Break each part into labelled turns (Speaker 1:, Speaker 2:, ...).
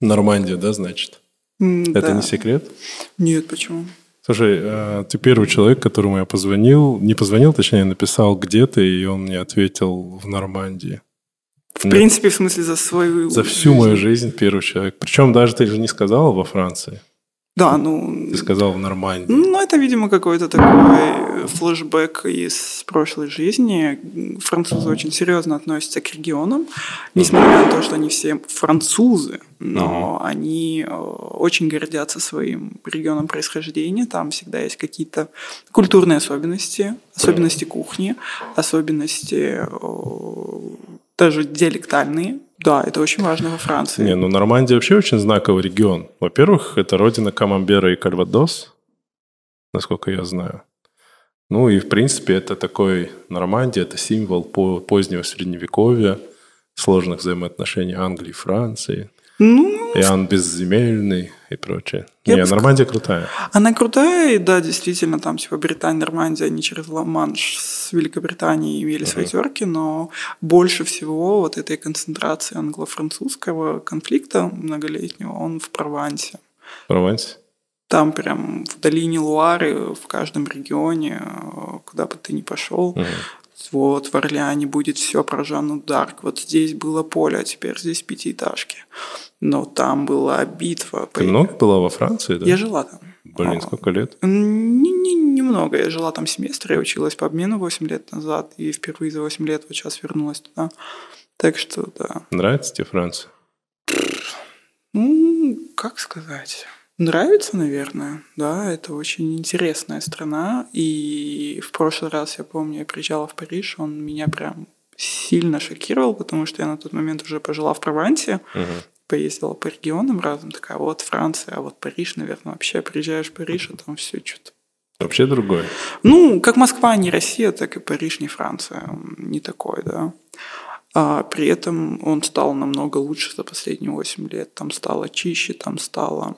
Speaker 1: Нормандия, да, значит?
Speaker 2: М,
Speaker 1: Это
Speaker 2: да.
Speaker 1: не секрет?
Speaker 2: Нет, почему?
Speaker 1: Слушай, э, ты первый человек, которому я позвонил, не позвонил, точнее, написал где ты, и он мне ответил в Нормандии.
Speaker 2: В
Speaker 1: Нет.
Speaker 2: принципе, в смысле, за свою...
Speaker 1: За всю мою жизнь первый человек. Причем даже ты же не сказал во Франции,
Speaker 2: Да, ну...
Speaker 1: ты сказал в Нормандии.
Speaker 2: Ну, это, видимо, какой-то такой флешбэк из прошлой жизни. Французы очень серьезно относятся к регионам, несмотря на то, что они все французы, но они э, очень гордятся своим регионом происхождения. Там всегда есть какие-то культурные особенности, особенности кухни, особенности э, даже диалектальные. Да, это очень важно во Франции.
Speaker 1: Не, ну Нормандия вообще очень знаковый регион. Во-первых, это родина Камамбера и Кальвадос, насколько я знаю. Ну и, в принципе, это такой Нормандия, это символ по- позднего Средневековья, сложных взаимоотношений Англии и Франции.
Speaker 2: Ну,
Speaker 1: Иоанн Безземельный и прочее.
Speaker 2: Я
Speaker 1: не,
Speaker 2: бы ск-
Speaker 1: Нормандия крутая.
Speaker 2: Она крутая, и да, действительно, там типа Британия, Нормандия, они через Ла-Манш с Великобританией имели свои терки, но больше всего вот этой концентрации англо-французского конфликта многолетнего, он в Провансе.
Speaker 1: Прованс.
Speaker 2: Там прям в долине Луары, в каждом регионе, э, куда бы ты ни пошел, вот в Орлеане будет все про Жанну Дарк, вот здесь было поле, а теперь здесь пятиэтажки. Но там была битва.
Speaker 1: Ты много была во Франции, да?
Speaker 2: Я жила там.
Speaker 1: Блин,
Speaker 2: А,
Speaker 1: сколько лет?
Speaker 2: не- не- Немного. Я жила там семестр, я училась по обмену 8 лет назад, и впервые за 8 лет вот сейчас вернулась туда. Так что, да.
Speaker 1: Нравится тебе Франция?
Speaker 2: Ну, как сказать... Нравится, наверное, да, это очень интересная страна, и в прошлый раз, я помню, я приезжала в Париж, он меня прям сильно шокировал, потому что я на тот момент уже пожила в Провансе, поездила по регионам разом, такая, вот Франция, а вот Париж, наверное, вообще приезжаешь в Париж, а там все что-то
Speaker 1: Вообще другой.
Speaker 2: Ну, как Москва не Россия, так и Париж не Франция. Он Не такой, да. А при этом он стал намного лучше за последние 8 лет. Там стало чище, там стало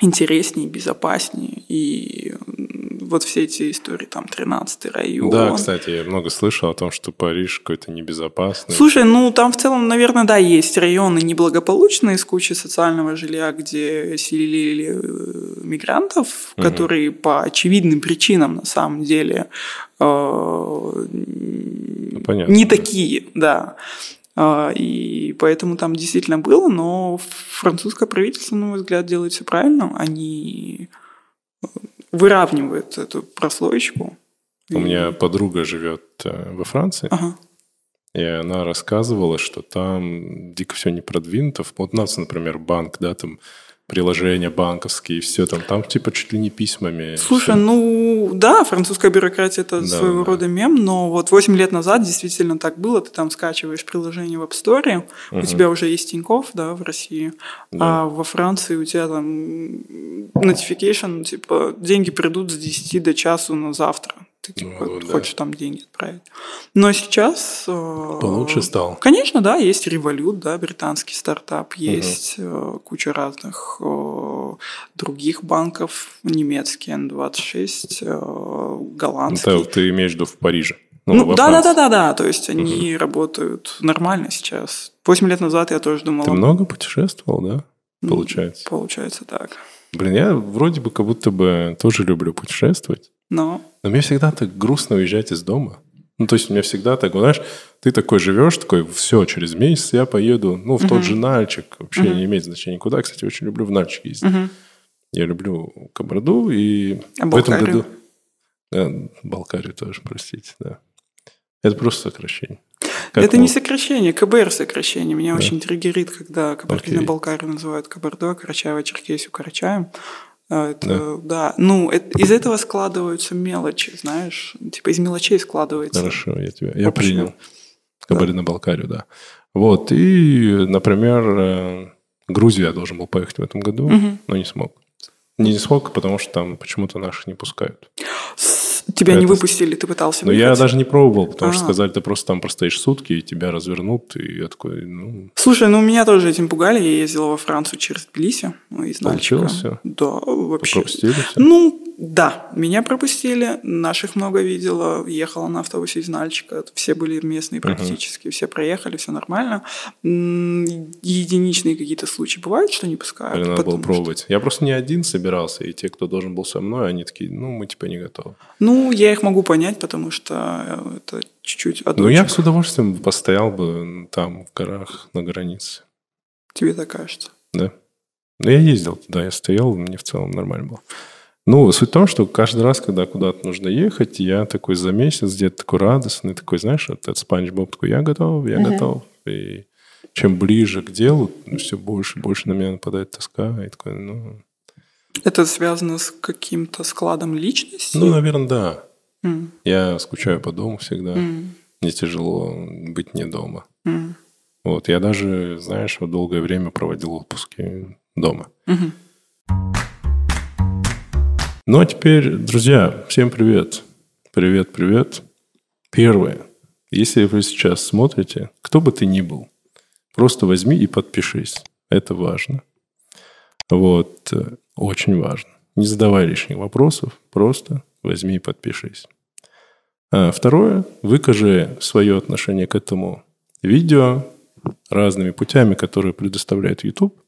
Speaker 2: интереснее, безопаснее. И м, вот все эти истории, там, 13-й район.
Speaker 1: Да, кстати, я много слышал о том, что Париж какой-то небезопасный.
Speaker 2: Слушай, ну там в целом, наверное, да, есть районы неблагополучные с кучей социального жилья, где селили э, мигрантов, которые по очевидным причинам на самом деле э,
Speaker 1: Ну, понятно.
Speaker 2: не такие, да. А, И поэтому там действительно было, но французское правительство, на мой взгляд, делает все правильно. Они э, выравнивают эту прослоечку.
Speaker 1: У меня подруга живет э, во Франции,
Speaker 2: Ага.
Speaker 1: и она рассказывала, что там дико все не продвинуто. Вот у нас, например, банк, да, там приложения банковские, все там, там типа чуть ли не письмами.
Speaker 2: Слушай,
Speaker 1: всё.
Speaker 2: ну да, французская бюрократия это
Speaker 1: Да,
Speaker 2: своего
Speaker 1: да.
Speaker 2: рода мем, но вот 8 лет назад действительно так было. Ты там скачиваешь приложение в App Store, у тебя уже есть Тинькофф, да, в России, а во Франции у тебя там м, notification, типа деньги придут с 10 до часу на завтра. Ты типа,
Speaker 1: вот, да.
Speaker 2: хочешь там деньги отправить. Но сейчас... э,
Speaker 1: Получше стал.
Speaker 2: Конечно, да, есть Revolut, да, британский стартап, есть э, куча разных э, других банков, немецкий N26, э, голландский.
Speaker 1: Это Ну, ты имеешь в виду в Париже.
Speaker 2: Ну,
Speaker 1: во
Speaker 2: да, да,
Speaker 1: Франции.
Speaker 2: да, да, да, то есть они работают нормально сейчас. Восемь лет назад я тоже думала,
Speaker 1: Ты много путешествовал, да? Получается.
Speaker 2: получается так.
Speaker 1: Блин, я вроде бы как будто бы тоже люблю путешествовать.
Speaker 2: Но
Speaker 1: Но мне всегда так грустно уезжать из дома. Ну, то есть, у меня всегда так, знаешь, ты такой живешь, такой, все, через месяц я поеду, ну, в тот же Нальчик, вообще не имеет значения куда. Кстати, очень люблю в Нальчик ездить. Я люблю Кабарду и
Speaker 2: А
Speaker 1: в этом
Speaker 2: Балкарию?
Speaker 1: году... Э, Балкарию тоже, простите, да. Это просто сокращение. Как
Speaker 2: это не
Speaker 1: вот,
Speaker 2: сокращение, КБР сокращение. Меня очень триггерит, когда
Speaker 1: Окей.
Speaker 2: Кабардино-Балкарию называют Кабардо, Карачаево-Черкесию Карачаем. А, это, да. ну эт- из этого складываются мелочи, знаешь, типа из мелочей складывается.
Speaker 1: Хорошо, я тебя... Я
Speaker 2: Общем.
Speaker 1: принял. Кабардино-Балкарию, да. Вот, и, например, э, Грузию я должен был поехать в этом году, но не смог. Не смог, потому что там почему-то наших не пускают.
Speaker 2: С- Тебя не
Speaker 1: Это-
Speaker 2: выпустили, ты пытался.
Speaker 1: Но я
Speaker 2: въехать.
Speaker 1: даже не пробовал, потому что
Speaker 2: А.
Speaker 1: сказали, ты просто там простоишь сутки, и тебя развернут, и я такой, ну,
Speaker 2: Слушай, ну меня тоже этим пугали. Я ездила во Францию через Тбилиси ну, из Нальчика.
Speaker 1: Получилось всё?
Speaker 2: Да, вообще.
Speaker 1: пропустили всё.
Speaker 2: Ну, Да, меня пропустили, наших много видела, ехала на автобусе из Нальчика, все были местные практически, uh-huh. все проехали, все нормально. Единичные какие-то случаи бывают, что не пускают.
Speaker 1: Блин, надо было пробовать. Что... Я просто не один собирался, и те, кто должен был со мной, они такие, ну, мы типа не готовы.
Speaker 2: Ну, я их могу понять, потому что э, это чуть-чуть
Speaker 1: одно. Ну, я с удовольствием постоял бы там, в горах, на границе.
Speaker 2: Тебе так кажется?
Speaker 1: Да. Ну, я ездил туда, я стоял, мне в целом нормально было. Ну, суть в том, что каждый раз, когда куда-то нужно ехать, я такой за месяц где-то такой радостный, такой, знаешь, вот этот Спанч Боб такой, я готов, я uh-huh. готов. И чем ближе к делу, все больше и больше на меня нападает тоска. И такой, ну...
Speaker 2: Это связано с каким-то складом личности?
Speaker 1: Ну, наверное, да. Mm. Я скучаю по дому всегда. Mm. Мне тяжело быть не дома. Mm. Вот, я даже, знаешь, вот долгое время проводил отпуски дома. Mm-hmm. Ну а теперь, друзья, всем привет. Привет, привет. Первое. Если вы сейчас смотрите, кто бы ты ни был, просто возьми и подпишись. Это важно. Вот, э, очень важно. Не задавай лишних вопросов, просто возьми и подпишись. А второе, выкажи свое отношение к этому видео разными путями, которые предоставляет YouTube.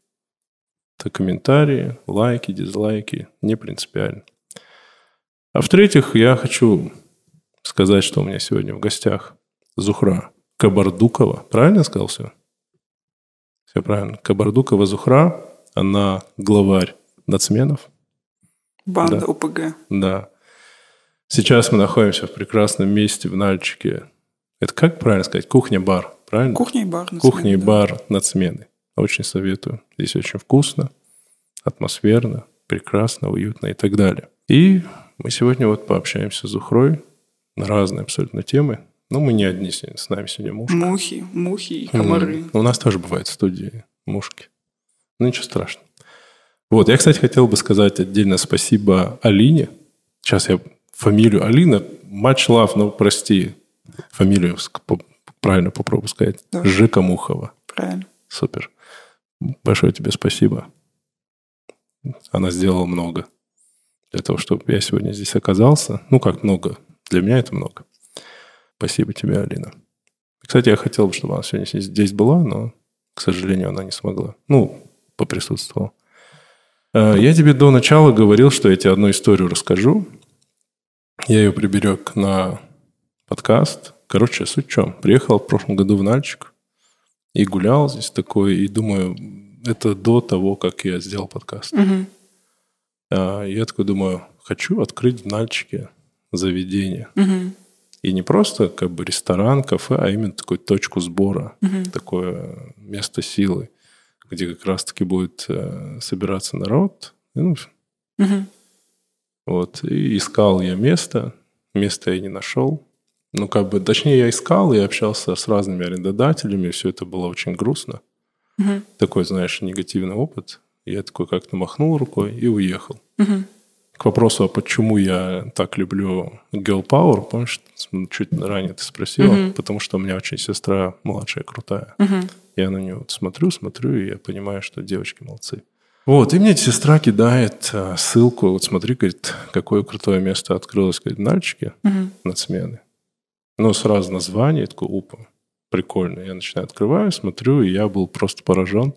Speaker 1: Это комментарии, лайки, дизлайки, не принципиально. А в-третьих, я хочу сказать, что у меня сегодня в гостях Зухра Кабардукова. Правильно я сказал все? Все правильно. Кабардукова Зухра, она главарь нацменов.
Speaker 2: Банда да. ОПГ.
Speaker 1: Да. Сейчас мы находимся в прекрасном месте в Нальчике. Это как правильно сказать? Кухня-бар, правильно?
Speaker 2: Кухня и бар. Нацмены,
Speaker 1: Кухня и бар да. нацмены. Очень советую. Здесь очень вкусно, атмосферно, прекрасно, уютно и так далее. И мы сегодня вот пообщаемся с Зухрой на разные абсолютно темы. Но мы не одни сегодня, с нами сегодня мушка.
Speaker 2: Мухи, мухи и комары.
Speaker 1: Mm. У нас тоже бывает в студии мушки. Ну, ничего страшного. Вот, я, кстати, хотел бы сказать отдельно спасибо Алине. Сейчас я фамилию Алина, much love, но прости, фамилию правильно попробую сказать. Давай. Жека Мухова.
Speaker 2: Правильно.
Speaker 1: Супер. Большое тебе спасибо. Она сделала много для того, чтобы я сегодня здесь оказался. Ну, как много. Для меня это много. Спасибо тебе, Алина. Кстати, я хотел бы, чтобы она сегодня здесь была, но, к сожалению, она не смогла. Ну, поприсутствовала. Э, Я тебе до начала говорил, что я тебе одну историю расскажу. Я ее приберег на подкаст. Короче, суть в чем. Приехал в прошлом году в Нальчик и гулял здесь такой, и думаю, это до того, как я сделал подкаст. Угу. Uh-huh. А, я такой думаю, хочу открыть в Нальчике заведение. Угу. Uh-huh. И не просто как бы ресторан, кафе, а именно такую точку сбора, угу. Uh-huh. такое место силы, где как раз-таки будет э, собираться народ. Ну, угу. Вот, и искал я место, место я не нашел ну, как бы, точнее, я искал, я общался с разными арендодателями, все это было очень грустно. Угу. Uh-huh. Такой, знаешь, негативный опыт. Я такой как-то махнул рукой и уехал. Угу. Uh-huh. К вопросу, а почему я так люблю Girl Power, помнишь, ну, чуть ранее ты спросила, угу. Uh-huh. потому что у меня очень сестра младшая, крутая. Угу. Я на нее вот смотрю, смотрю, и я понимаю, что девочки молодцы. Вот, и мне сестра кидает э, ссылку, вот смотри, говорит, какое крутое место открылось, говорит, в Нальчике угу. на смены. Ну, сразу название, я такой, опа, прикольно. Я начинаю, открываю, смотрю, и я был просто поражен.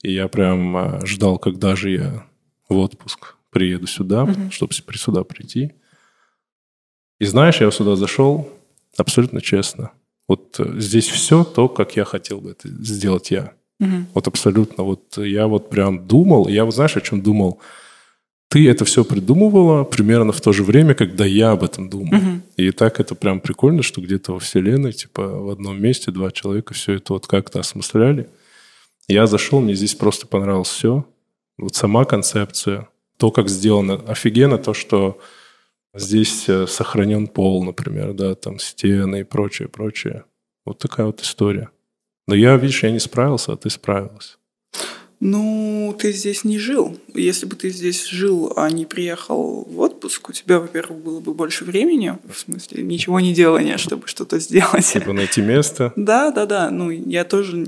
Speaker 1: И я прям э, ждал, когда же я в отпуск приеду сюда, угу. Mm-hmm. чтобы при сюда прийти. И знаешь, я сюда зашел абсолютно честно. Вот э, здесь все то, как я хотел бы это сделать я. Угу. Mm-hmm. Вот абсолютно. Вот я вот прям думал, я вот знаешь, о чем думал? ты это все придумывала примерно в то же время, когда я об этом думал. Угу. Uh-huh. И так это прям прикольно, что где-то во Вселенной, типа в одном месте два человека все это вот как-то осмысляли. Я зашел, мне здесь просто понравилось все. Вот сама концепция, то, как сделано. Офигенно то, что здесь сохранен пол, например, да, там стены и прочее, прочее. Вот такая вот история. Но я, видишь, я не справился, а ты справилась.
Speaker 2: Ну, ты здесь не жил. Если бы ты здесь жил, а не приехал в отпуск, у тебя, во-первых, было бы больше времени, в смысле ничего не делания, чтобы что-то сделать.
Speaker 1: Типа найти место.
Speaker 2: Да, да, да. Ну, я тоже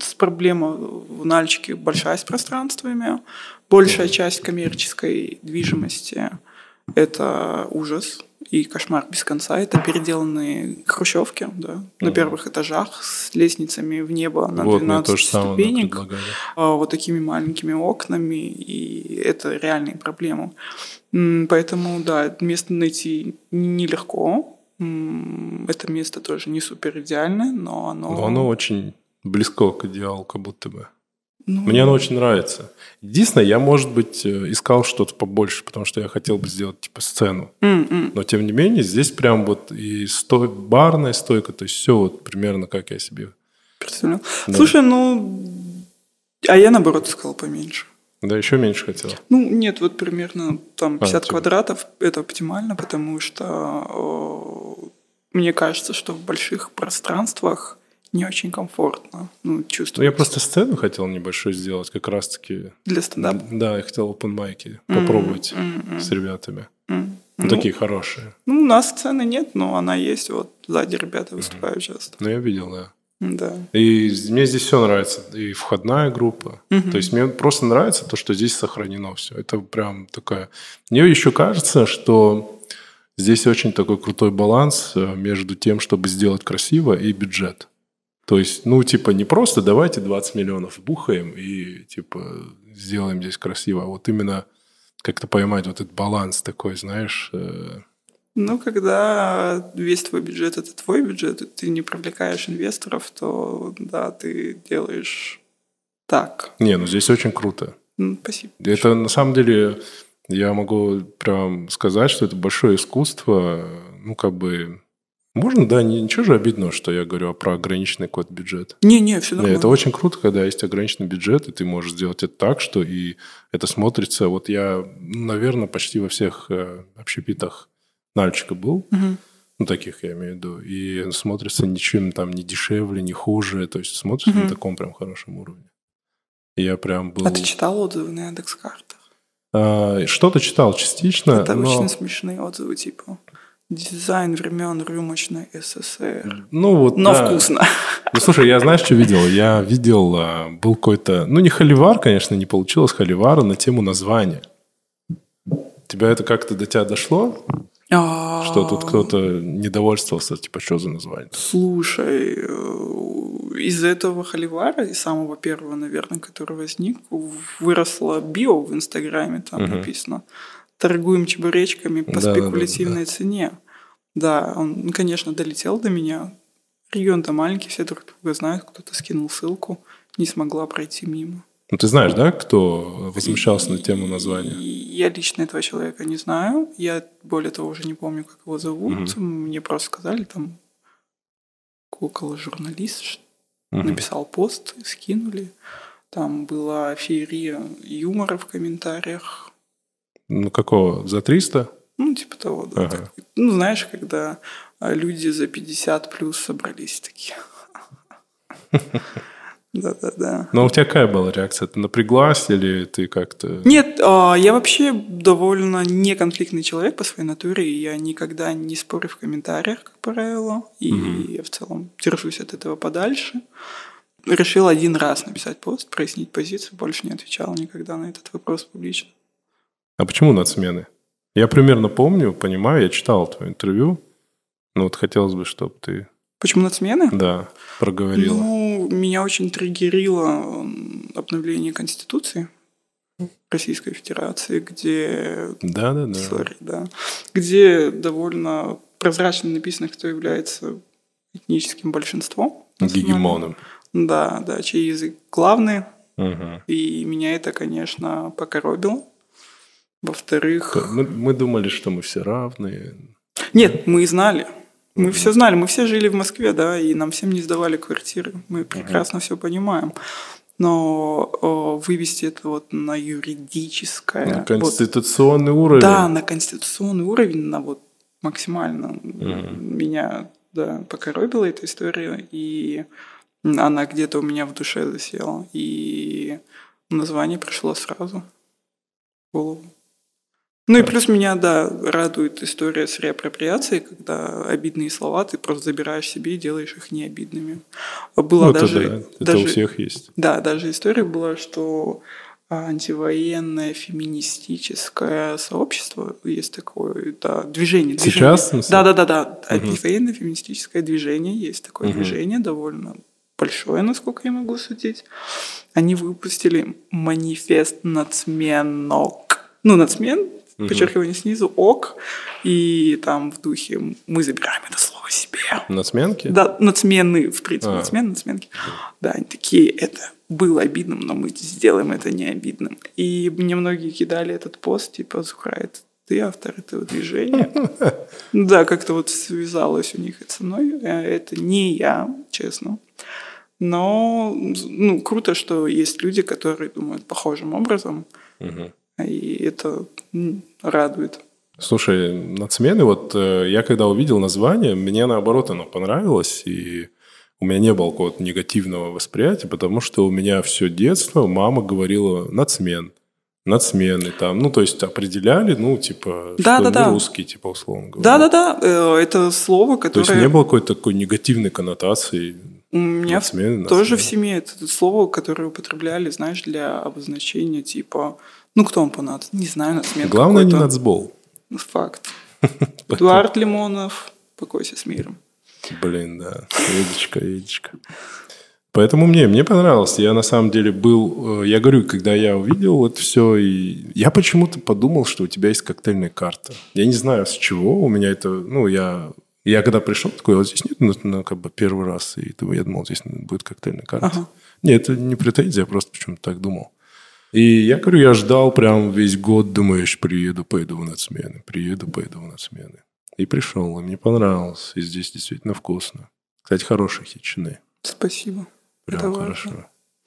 Speaker 2: с проблема в Нальчике большая с пространствами, Большая часть коммерческой движимости – это ужас и кошмар без конца. Это переделанные хрущевки да, на
Speaker 1: Мгм.
Speaker 2: первых этажах с лестницами в небо на
Speaker 1: вот, мне
Speaker 2: 12
Speaker 1: то же самое да,
Speaker 2: ступенек
Speaker 1: предлагали.
Speaker 2: а, вот такими маленькими окнами, и это реальные проблемы. М, Поэтому, да, место найти нелегко. М, Это место тоже не супер идеальное, но оно...
Speaker 1: Но оно очень близко к идеалу, как будто бы.
Speaker 2: ну,
Speaker 1: Мне оно очень нравится. Единственное, я, может быть, э, искал что-то побольше, потому что я хотел бы сделать, типа, сцену.
Speaker 2: м, м.
Speaker 1: Но, тем не менее, здесь прям вот и сто... барная стойка, то есть все вот примерно как я себе...
Speaker 2: Представлял.
Speaker 1: Да.
Speaker 2: Слушай, ну... А я, наоборот, искала поменьше.
Speaker 1: Да, еще меньше хотел.
Speaker 2: Ну, нет, вот примерно там
Speaker 1: А,
Speaker 2: 50
Speaker 1: типа.
Speaker 2: квадратов – это оптимально, потому что э, мне кажется, что в больших пространствах не очень комфортно. Ну,
Speaker 1: Ну, я
Speaker 2: чувствую
Speaker 1: просто сцену хотел небольшую сделать, как раз-таки...
Speaker 2: для стендапа.
Speaker 1: Да, я хотел open майки попробовать
Speaker 2: М, м,
Speaker 1: с ребятами.
Speaker 2: м.
Speaker 1: Ну, такие хорошие.
Speaker 2: Ну, у нас цены нет, но она есть. Вот сзади ребята выступают часто.
Speaker 1: Ну, я видел, да.
Speaker 2: Да.
Speaker 1: И з- мне здесь все нравится. И входная группа. То есть мне просто нравится то, что здесь сохранено все. Это прям такая... Мне еще кажется, что здесь очень такой крутой баланс э, между тем, чтобы сделать красиво, и бюджет. То есть, ну, типа, не просто давайте 20 миллионов бухаем и, типа, сделаем здесь красиво. А вот именно как-то поймать вот этот баланс такой, знаешь... э,
Speaker 2: Ну, когда весь твой бюджет – это твой бюджет, и ты не привлекаешь инвесторов, то, да, ты делаешь так.
Speaker 1: Не, ну здесь очень круто.
Speaker 2: Ну, спасибо.
Speaker 1: Это на самом деле я могу прям сказать, что это большое искусство. Ну, как бы... Можно, да, не- ничего же обидного, что я говорю про ограниченный код бюджет.
Speaker 2: Не-не, все
Speaker 1: Не,
Speaker 2: нормально.
Speaker 1: это очень круто, когда есть ограниченный бюджет, и ты можешь сделать это так, что и это смотрится. Вот я, ну, наверное, почти во всех э, общепитах Нальчика был,
Speaker 2: Мгм.
Speaker 1: ну, таких я имею в виду, и смотрится ничем там не дешевле, не хуже, то есть смотрится на
Speaker 2: Мгм.
Speaker 1: таком прям хорошем уровне. И Я прям был...
Speaker 2: А ты читал отзывы на Яндекс.Картах?
Speaker 1: А, Что-то читал частично,
Speaker 2: Это
Speaker 1: но-
Speaker 2: очень смешные отзывы, типа «Дизайн времен рюмочной СССР».
Speaker 1: ну вот,
Speaker 2: Но
Speaker 1: да.
Speaker 2: вкусно.
Speaker 1: Ну слушай, я знаешь, что видел? Я видел, а, был какой-то, ну не холивар, конечно, не получилось холивара на тему названия. Тебя это как-то до тебя дошло, что
Speaker 2: Что
Speaker 1: тут кто-то недовольствовался, типа что за название?
Speaker 2: Слушай, э, из этого холивара, из самого первого, наверное, который возник, выросло био в Инстаграме, там
Speaker 1: Мгм.
Speaker 2: написано. Торгуем чебуречками по
Speaker 1: Да-да-да-да-да.
Speaker 2: спекулятивной цене. Да, он, конечно, долетел до меня. Регион-то маленький, все друг друга знают, кто-то скинул ссылку, не смогла пройти мимо.
Speaker 1: Ну ты знаешь, да, кто возмущался на тему названия?
Speaker 2: И Я лично этого человека не знаю. Я, более того, уже не помню, как его зовут. Мне просто сказали, там, около-журналист, что
Speaker 1: Мгм.
Speaker 2: написал пост, скинули. Там была феерия юмора в комментариях.
Speaker 1: Ну какого? За 300?
Speaker 2: Ну, типа того, да.
Speaker 1: Ага.
Speaker 2: так. Ну, знаешь, когда а, люди за 50 плюс собрались такие. Да-да-да.
Speaker 1: Но Ну, а у тебя какая была реакция? Ты напряглась или ты как-то...
Speaker 2: Нет, а, я вообще довольно неконфликтный человек по своей натуре, и я никогда не спорю в комментариях, как правило, и
Speaker 1: Мгм.
Speaker 2: я в целом держусь от этого подальше. Решил один раз написать пост, прояснить позицию, больше не отвечал никогда на этот вопрос публично.
Speaker 1: А почему нацмены? Я примерно помню, понимаю, я читал твое интервью. Ну вот хотелось бы, чтобы ты,
Speaker 2: Почему нацмены?
Speaker 1: да, проговорила.
Speaker 2: Ну, меня очень триггерило м, обновление Конституции Российской Федерации, где
Speaker 1: да, да, да.
Speaker 2: Sorry, да. Где довольно прозрачно написано, кто является этническим большинством.
Speaker 1: Гегемоном.
Speaker 2: Да, да, чей язык главный.
Speaker 1: Мгм.
Speaker 2: И меня это, конечно, покоробило. Во-вторых...
Speaker 1: Мы, мы думали, что мы все равны.
Speaker 2: Нет, мы знали. Мы все знали, мы все жили в Москве, да, и нам всем не сдавали квартиры. Мы прекрасно все понимаем. Но э, вывести это вот на юридическое...
Speaker 1: На
Speaker 2: Э, вот
Speaker 1: конституционный уровень.
Speaker 2: Да, на конституционный уровень, на вот максимально меня да, покоробила эта история, и она где-то у меня в душе засела, и название пришло сразу в голову. Ну и плюс меня, да, радует история с реапроприацией, когда обидные слова ты просто забираешь себе и делаешь их необидными. Была
Speaker 1: Ну, это
Speaker 2: даже,
Speaker 1: да, это
Speaker 2: даже,
Speaker 1: у всех есть.
Speaker 2: да, даже история была, что а, антивоенное феминистическое сообщество. Есть такое да, движение.
Speaker 1: Сейчас?
Speaker 2: движение. Да, да, да, да. Угу. Антивоенное феминистическое движение. Есть такое угу. движение довольно большое, насколько я могу судить. Они выпустили манифест нацменок. Ну, нацмен, угу. подчеркивание снизу, ок. И там в духе мы забираем это слово себе.
Speaker 1: Нацменки?
Speaker 2: Да, нацмены, в принципе, а. нацмен, нацменки. Да, они такие, это было обидным, но мы сделаем это не обидным. И мне многие кидали этот пост, типа, Зухра, ты автор этого движения. Да, как-то вот связалось у них это со мной. Э, Это не я, честно. Но ну, круто, что есть люди, которые думают похожим образом. Угу. И это радует.
Speaker 1: Слушай, нацмены, вот э, я когда увидел название, мне наоборот оно понравилось, и у меня не было какого-то негативного восприятия, потому что у меня все детство мама говорила «нацмен», «нацмены» там, ну, то есть определяли, ну, типа,
Speaker 2: да,
Speaker 1: что
Speaker 2: да, да.
Speaker 1: русский, типа, условно говоря.
Speaker 2: Да-да-да, э, это слово, которое...
Speaker 1: То есть не было какой-то такой негативной коннотации,
Speaker 2: у меня
Speaker 1: нацмены,
Speaker 2: нацмены. тоже в семье это, это слово, которое употребляли, знаешь, для обозначения, типа, ну, кто он по нац? Не знаю, нацмен
Speaker 1: Главное,
Speaker 2: какой-то.
Speaker 1: не нацбол.
Speaker 2: Факт. Эдуард Лимонов, покойся с миром.
Speaker 1: Блин, да. Едечка, едечка. Поэтому мне, мне понравилось. Я на самом деле был... э, Я говорю, когда я увидел вот все, и я почему-то подумал, что у тебя есть коктейльная карта. Я не знаю, с чего у меня это... Ну, я... Я когда пришел, такой, вот здесь нет, ну, ну, как бы первый раз, и я думал, здесь будет коктейльная карта. Ага. Нет, это не претензия, я просто почему-то так думал. И я говорю, я ждал прям весь год, думаешь, приеду, пойду на смены, приеду, пойду на смены. И пришел, и мне понравилось. И здесь действительно вкусно. Кстати, хорошие хичины.
Speaker 2: Спасибо.
Speaker 1: Прям
Speaker 2: Это важно.
Speaker 1: хорошо.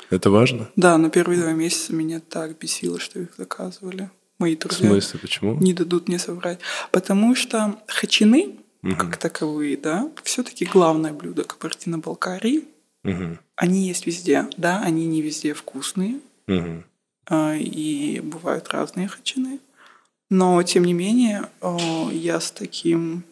Speaker 1: Это важно?
Speaker 2: Да, но первые два месяца меня так бесило, что их заказывали. Мои
Speaker 1: В
Speaker 2: друзья
Speaker 1: смысле, почему?
Speaker 2: не дадут мне соврать. Потому что хачины,
Speaker 1: Мгм.
Speaker 2: как таковые, да, все-таки главное блюдо Кабардино-Балкарии.
Speaker 1: Мгм.
Speaker 2: Они есть везде, да, они не везде вкусные,
Speaker 1: Мгм.
Speaker 2: а, и бывают разные хачины. Но, тем не менее, о, я с таким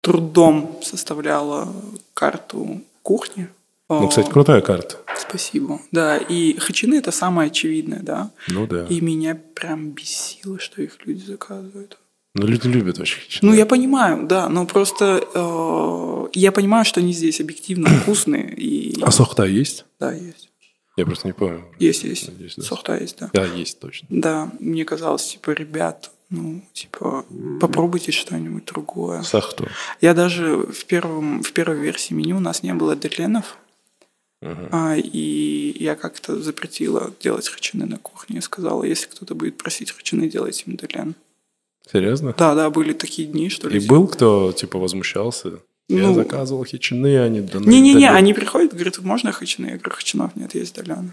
Speaker 2: трудом составляла карту кухни.
Speaker 1: Ну,
Speaker 2: О,
Speaker 1: кстати, крутая карта.
Speaker 2: Спасибо. Да, и хачины – это самое очевидное, да.
Speaker 1: Ну, да.
Speaker 2: И меня прям бесило, что их люди заказывают.
Speaker 1: Ну, люди любят очень хичины.
Speaker 2: Ну, я понимаю, да, но просто э, я понимаю, что они здесь объективно вкусные. И...
Speaker 1: А сохта есть?
Speaker 2: Да, есть.
Speaker 1: Я просто не помню.
Speaker 2: Есть, есть.
Speaker 1: Надеюсь, да.
Speaker 2: Сохта есть, да.
Speaker 1: Да, есть точно.
Speaker 2: Да, мне казалось, типа, ребят, ну, типа, попробуйте что-нибудь другое.
Speaker 1: Сахту.
Speaker 2: Я даже в, первом, в первой версии меню у нас не было дедленов, а, и я как-то запретила делать хачины на кухне. Я сказала, если кто-то будет просить хачины, делайте им дедлен.
Speaker 1: Серьезно?
Speaker 2: Да, да, были такие дни, что
Speaker 1: И
Speaker 2: ли.
Speaker 1: был кто, типа, возмущался? Я
Speaker 2: Ну.
Speaker 1: заказывал хичины, а они... да ну,
Speaker 2: Не-не-не,
Speaker 1: да
Speaker 2: они приходят, говорят, можно хачины? Я говорю, хачинов нет, есть дедлен.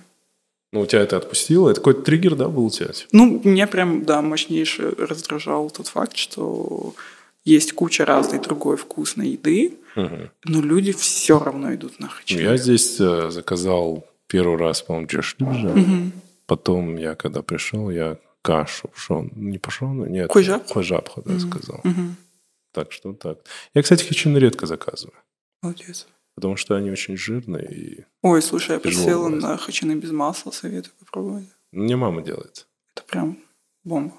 Speaker 1: Ну, у тебя это отпустило? Это какой-то триггер, да, был у тебя? типа?
Speaker 2: Ну, меня прям, да, мощнейше раздражал тот факт, что есть куча разной другой вкусной еды,
Speaker 1: Мгм.
Speaker 2: Но люди все равно идут на
Speaker 1: Ну,
Speaker 2: хачи.
Speaker 1: Я здесь э, заказал первый раз, по-моему, джешлюжа.
Speaker 2: Мгм.
Speaker 1: Потом я, когда пришел, я кашу пшон. Не пшон, нет.
Speaker 2: Кой-жабху?
Speaker 1: Кой-жабху, да, сказал.
Speaker 2: Мгм.
Speaker 1: Так что так. Я, кстати, хичины редко заказываю.
Speaker 2: Молодец.
Speaker 1: Потому что они очень жирные. И...
Speaker 2: Ой, слушай, я
Speaker 1: Тяжело
Speaker 2: подсела
Speaker 1: бывает.
Speaker 2: на хачины без масла, советую попробовать.
Speaker 1: Мне мама делает.
Speaker 2: Это прям бомба.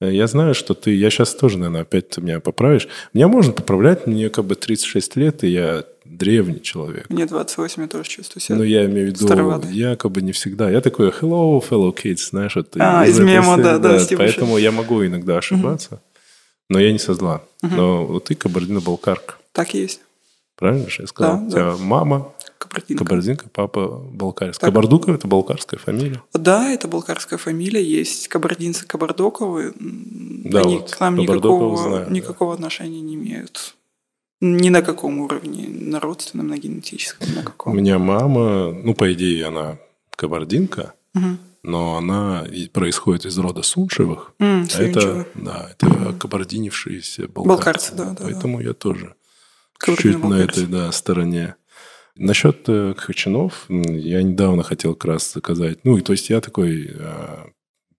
Speaker 1: Э, Я знаю, что ты... Я сейчас тоже, наверное, опять ты меня поправишь. Меня можно поправлять. Мне как бы 36 лет, и я древний человек.
Speaker 2: Мне 28, я тоже чувствую себя.
Speaker 1: Ну, я имею в виду,
Speaker 2: Староватый.
Speaker 1: я как бы не всегда. Я такой, hello, fellow kids, знаешь, вот
Speaker 2: А, из типа
Speaker 1: этой
Speaker 2: мема,
Speaker 1: серии,
Speaker 2: да, да, Стива
Speaker 1: Поэтому я могу иногда ошибаться, но я не со зла. Но вот ты кабардино-балкарка,
Speaker 2: Так и есть.
Speaker 1: правильно же я сказал?
Speaker 2: Да,
Speaker 1: У тебя мама
Speaker 2: Кабардинка.
Speaker 1: кабардинка, папа балкарская.
Speaker 2: Так.
Speaker 1: Кабардука – это балкарская фамилия?
Speaker 2: Да, это балкарская фамилия. Есть кабардинцы Кабардоковы. М,
Speaker 1: Да,
Speaker 2: Они
Speaker 1: вот
Speaker 2: к нам
Speaker 1: Кабардоковых
Speaker 2: никакого,
Speaker 1: знаю, да.
Speaker 2: никакого отношения не имеют. Ни на каком уровне. На родственном, на генетическом, ни на
Speaker 1: У
Speaker 2: каком.
Speaker 1: меня мама, ну, по идее, она кабардинка,
Speaker 2: Мгм.
Speaker 1: но она и происходит из рода Суншевых.
Speaker 2: М,
Speaker 1: А это,
Speaker 2: Савинчева.
Speaker 1: да, это кабардинившиеся балкарцы.
Speaker 2: Балкарцы, да, да, да.
Speaker 1: Поэтому я тоже чуть на
Speaker 2: Кабардино-балкарцы.
Speaker 1: этой да, стороне. Насчет э, хачинов, м, я недавно хотел как раз заказать. Ну, и то есть я такой э,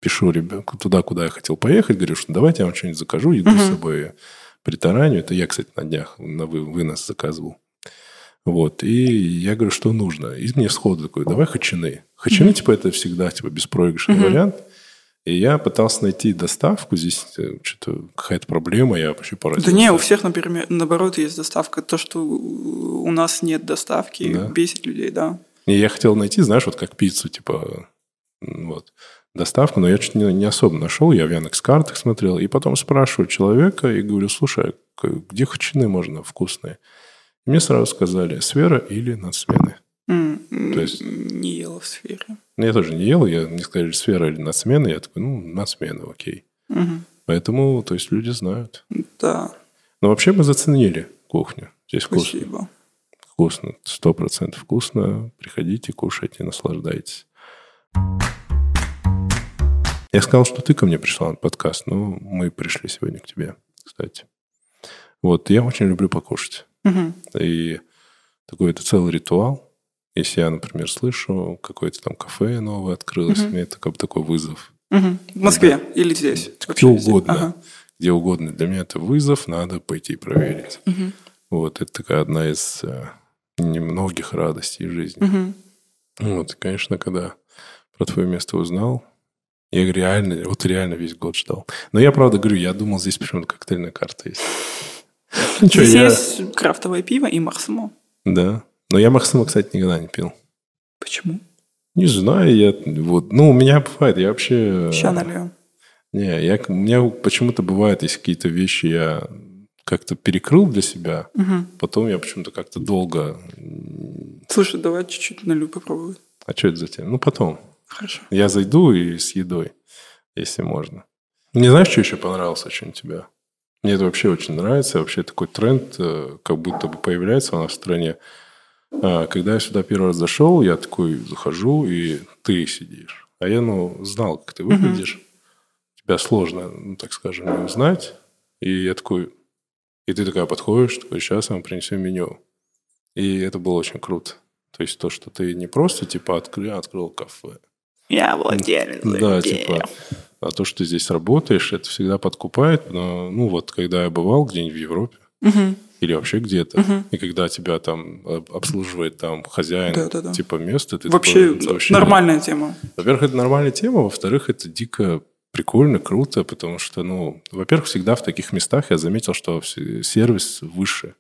Speaker 1: пишу ребенку туда, куда я хотел поехать, говорю, что давайте я вам что-нибудь закажу, еду с собой притараню. Это я, кстати, на днях на вы- вынос заказывал. Вот. И я говорю, что нужно. И мне сходу такой, давай хачины. Хачины, mm-hmm. типа, это всегда типа беспроигрышный mm-hmm. вариант. И я пытался найти доставку. Здесь э, что-то какая-то проблема, я вообще поразился.
Speaker 2: Да не, у всех, например, наоборот, есть доставка. То, что у нас нет доставки,
Speaker 1: Да?
Speaker 2: бесит людей, да.
Speaker 1: И я хотел найти, знаешь, вот как пиццу, типа, м, вот, доставку, но я что-то не, не особо нашел, я в Яндекс.Картах смотрел, и потом спрашиваю человека и говорю, слушай, а к- где хачины можно вкусные? И мне сразу сказали, сфера или нацмены.
Speaker 2: М, м,
Speaker 1: То есть-
Speaker 2: Не ела в сфере.
Speaker 1: Ну, я тоже не ел, я мне сказали, сфера или нацмены, я такой, ну, нацмены, окей.
Speaker 2: Мгм.
Speaker 1: Поэтому, то есть, люди знают.
Speaker 2: Да,
Speaker 1: Но вообще мы заценили кухню. Здесь вкусно.
Speaker 2: спасибо.
Speaker 1: Вкусно, сто процентов вкусно. Приходите, кушайте, наслаждайтесь. Я сказал, что ты ко мне пришла на подкаст, но мы пришли сегодня к тебе, кстати. Вот, я очень люблю покушать.
Speaker 2: Мгм.
Speaker 1: И такой это целый ритуал. Если я, например, слышу, какое-то там кафе новое открылось, мне это как бы такой вызов.
Speaker 2: Мгм. В Москве или здесь?
Speaker 1: Где
Speaker 2: Вообще везде.
Speaker 1: угодно.
Speaker 2: Ага.
Speaker 1: Где угодно. Для меня это вызов, надо пойти проверить. Вот, это такая одна из э, немногих радостей жизни.
Speaker 2: Мгм.
Speaker 1: Вот, и, конечно, когда про твое место узнал, я говорю, реально, вот реально весь год ждал. Но я правда говорю, я думал, здесь почему-то коктейльная карта есть. Ну, чё,
Speaker 2: Здесь
Speaker 1: я-
Speaker 2: есть крафтовое пиво и Максимо.
Speaker 1: Да. Но я Максима, кстати, никогда не пил.
Speaker 2: Почему?
Speaker 1: Не знаю, я вот, ну, у меня бывает, я вообще... э,
Speaker 2: Ща налью.
Speaker 1: Не, я, у меня почему-то бывает, если какие-то вещи я как-то перекрыл для себя, потом я почему-то как-то долго...
Speaker 2: Слушай, давай чуть-чуть налью попробовать.
Speaker 1: А что это за тема? Ну, потом.
Speaker 2: Хорошо.
Speaker 1: Я зайду и с едой, если можно. Не знаешь, что еще понравилось очень тебе? Мне это вообще очень нравится. Вообще такой тренд, э, как будто бы появляется у нас в стране. А, Когда я сюда первый раз зашел, я такой захожу, и ты сидишь. А я, ну, знал, как ты выглядишь. Тебя сложно, ну, так скажем, узнать. И я такой... И ты такая подходишь, такой, сейчас я вам принесу меню. И это было очень круто. То есть то, что ты не просто, типа, открыл, открыл кафе,
Speaker 2: Я владелец.
Speaker 1: да,
Speaker 2: идеи.
Speaker 1: типа, а то, что ты здесь работаешь, это всегда подкупает. Но, ну, вот когда я бывал где-нибудь в Европе или вообще где-то, и когда тебя там об- обслуживает там хозяин,
Speaker 2: Да-да-да.
Speaker 1: типа, места, ты
Speaker 2: Вообще,
Speaker 1: такой, «Это
Speaker 2: нормальная тема.
Speaker 1: Во-первых, это нормальная тема, во-вторых, это дико прикольно, круто, потому что, ну, во-первых, всегда в таких местах я заметил, что вс- сервис выше,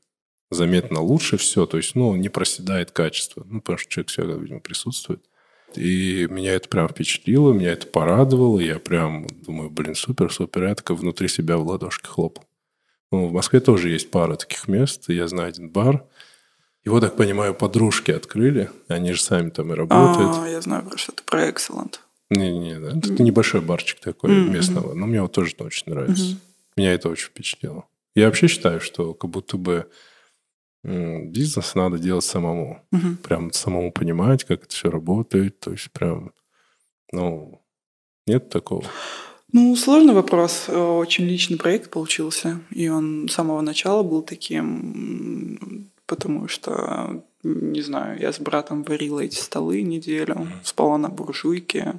Speaker 1: заметно лучше все, то есть, ну, не проседает качество, ну, потому что человек всегда, видимо, присутствует. И меня это прям впечатлило, меня это порадовало, я прям думаю, блин, супер, супер, я так внутри себя в ладошки хлопал. Ну, в Москве тоже есть пара таких мест, я знаю один бар, его, так понимаю, подружки открыли, они же сами там и работают.
Speaker 2: А, я знаю про что-то, про Excellent.
Speaker 1: Не-не, да. это небольшой барчик такой местного, но мне вот тоже это очень нравится. Меня это очень впечатлило. Я вообще считаю, что как будто бы м, бизнес надо делать самому. Прям самому понимать, как это все работает. То есть прям, ну, нет такого.
Speaker 2: Ну, сложный вопрос. Э, Очень личный проект получился. И он с самого начала был таким, м, потому что, м, не знаю, я с братом варила эти столы неделю, спала на буржуйке.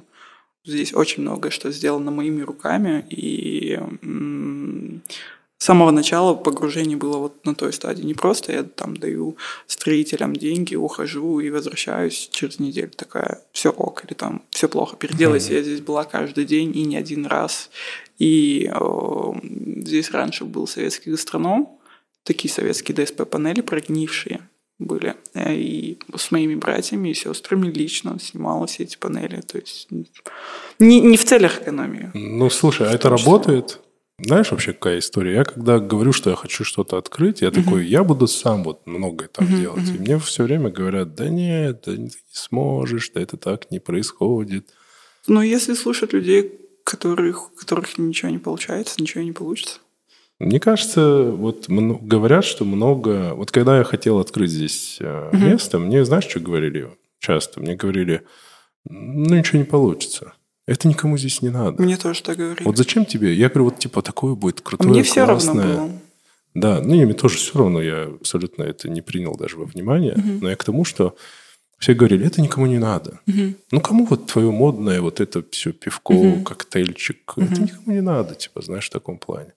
Speaker 2: Здесь очень многое, что сделано моими руками. И м, с самого начала погружение было вот на той стадии. Не просто я там даю строителям деньги, ухожу и возвращаюсь через неделю такая, все ок, или там все плохо, переделайте. Я здесь была каждый день и не один раз. И э, здесь раньше был советский гастроном, такие советские ДСП-панели прогнившие были. Э, И с моими братьями и сестрами лично снимала все эти панели. То есть м, не, не в целях экономии.
Speaker 1: Ну, слушай, а это
Speaker 2: том числе.
Speaker 1: работает? Знаешь вообще, какая история? Я когда говорю, что я хочу что-то открыть, я такой, я буду сам вот многое там делать. И мне все время говорят, да нет, да не- ты не сможешь, да это так не происходит.
Speaker 2: Но если слушать людей, которых, у которых ничего не получается, ничего не получится.
Speaker 1: Мне кажется, вот мно- говорят, что много... Вот когда я хотел открыть здесь э, место, мне, знаешь, что говорили часто? Мне говорили, ну, ничего не получится. Это никому здесь не надо.
Speaker 2: Мне тоже так говорили.
Speaker 1: Вот зачем тебе? Я говорю, вот типа такое будет
Speaker 2: А
Speaker 1: крутое,
Speaker 2: мне все равно
Speaker 1: классное.
Speaker 2: было.
Speaker 1: Да, ну и мне тоже все равно, я абсолютно это не принял даже во внимание. Но я к тому, что все говорили, это никому не надо. Ну кому вот твое модное вот это все пивко, коктейльчик, это никому не надо, типа, знаешь, в таком плане.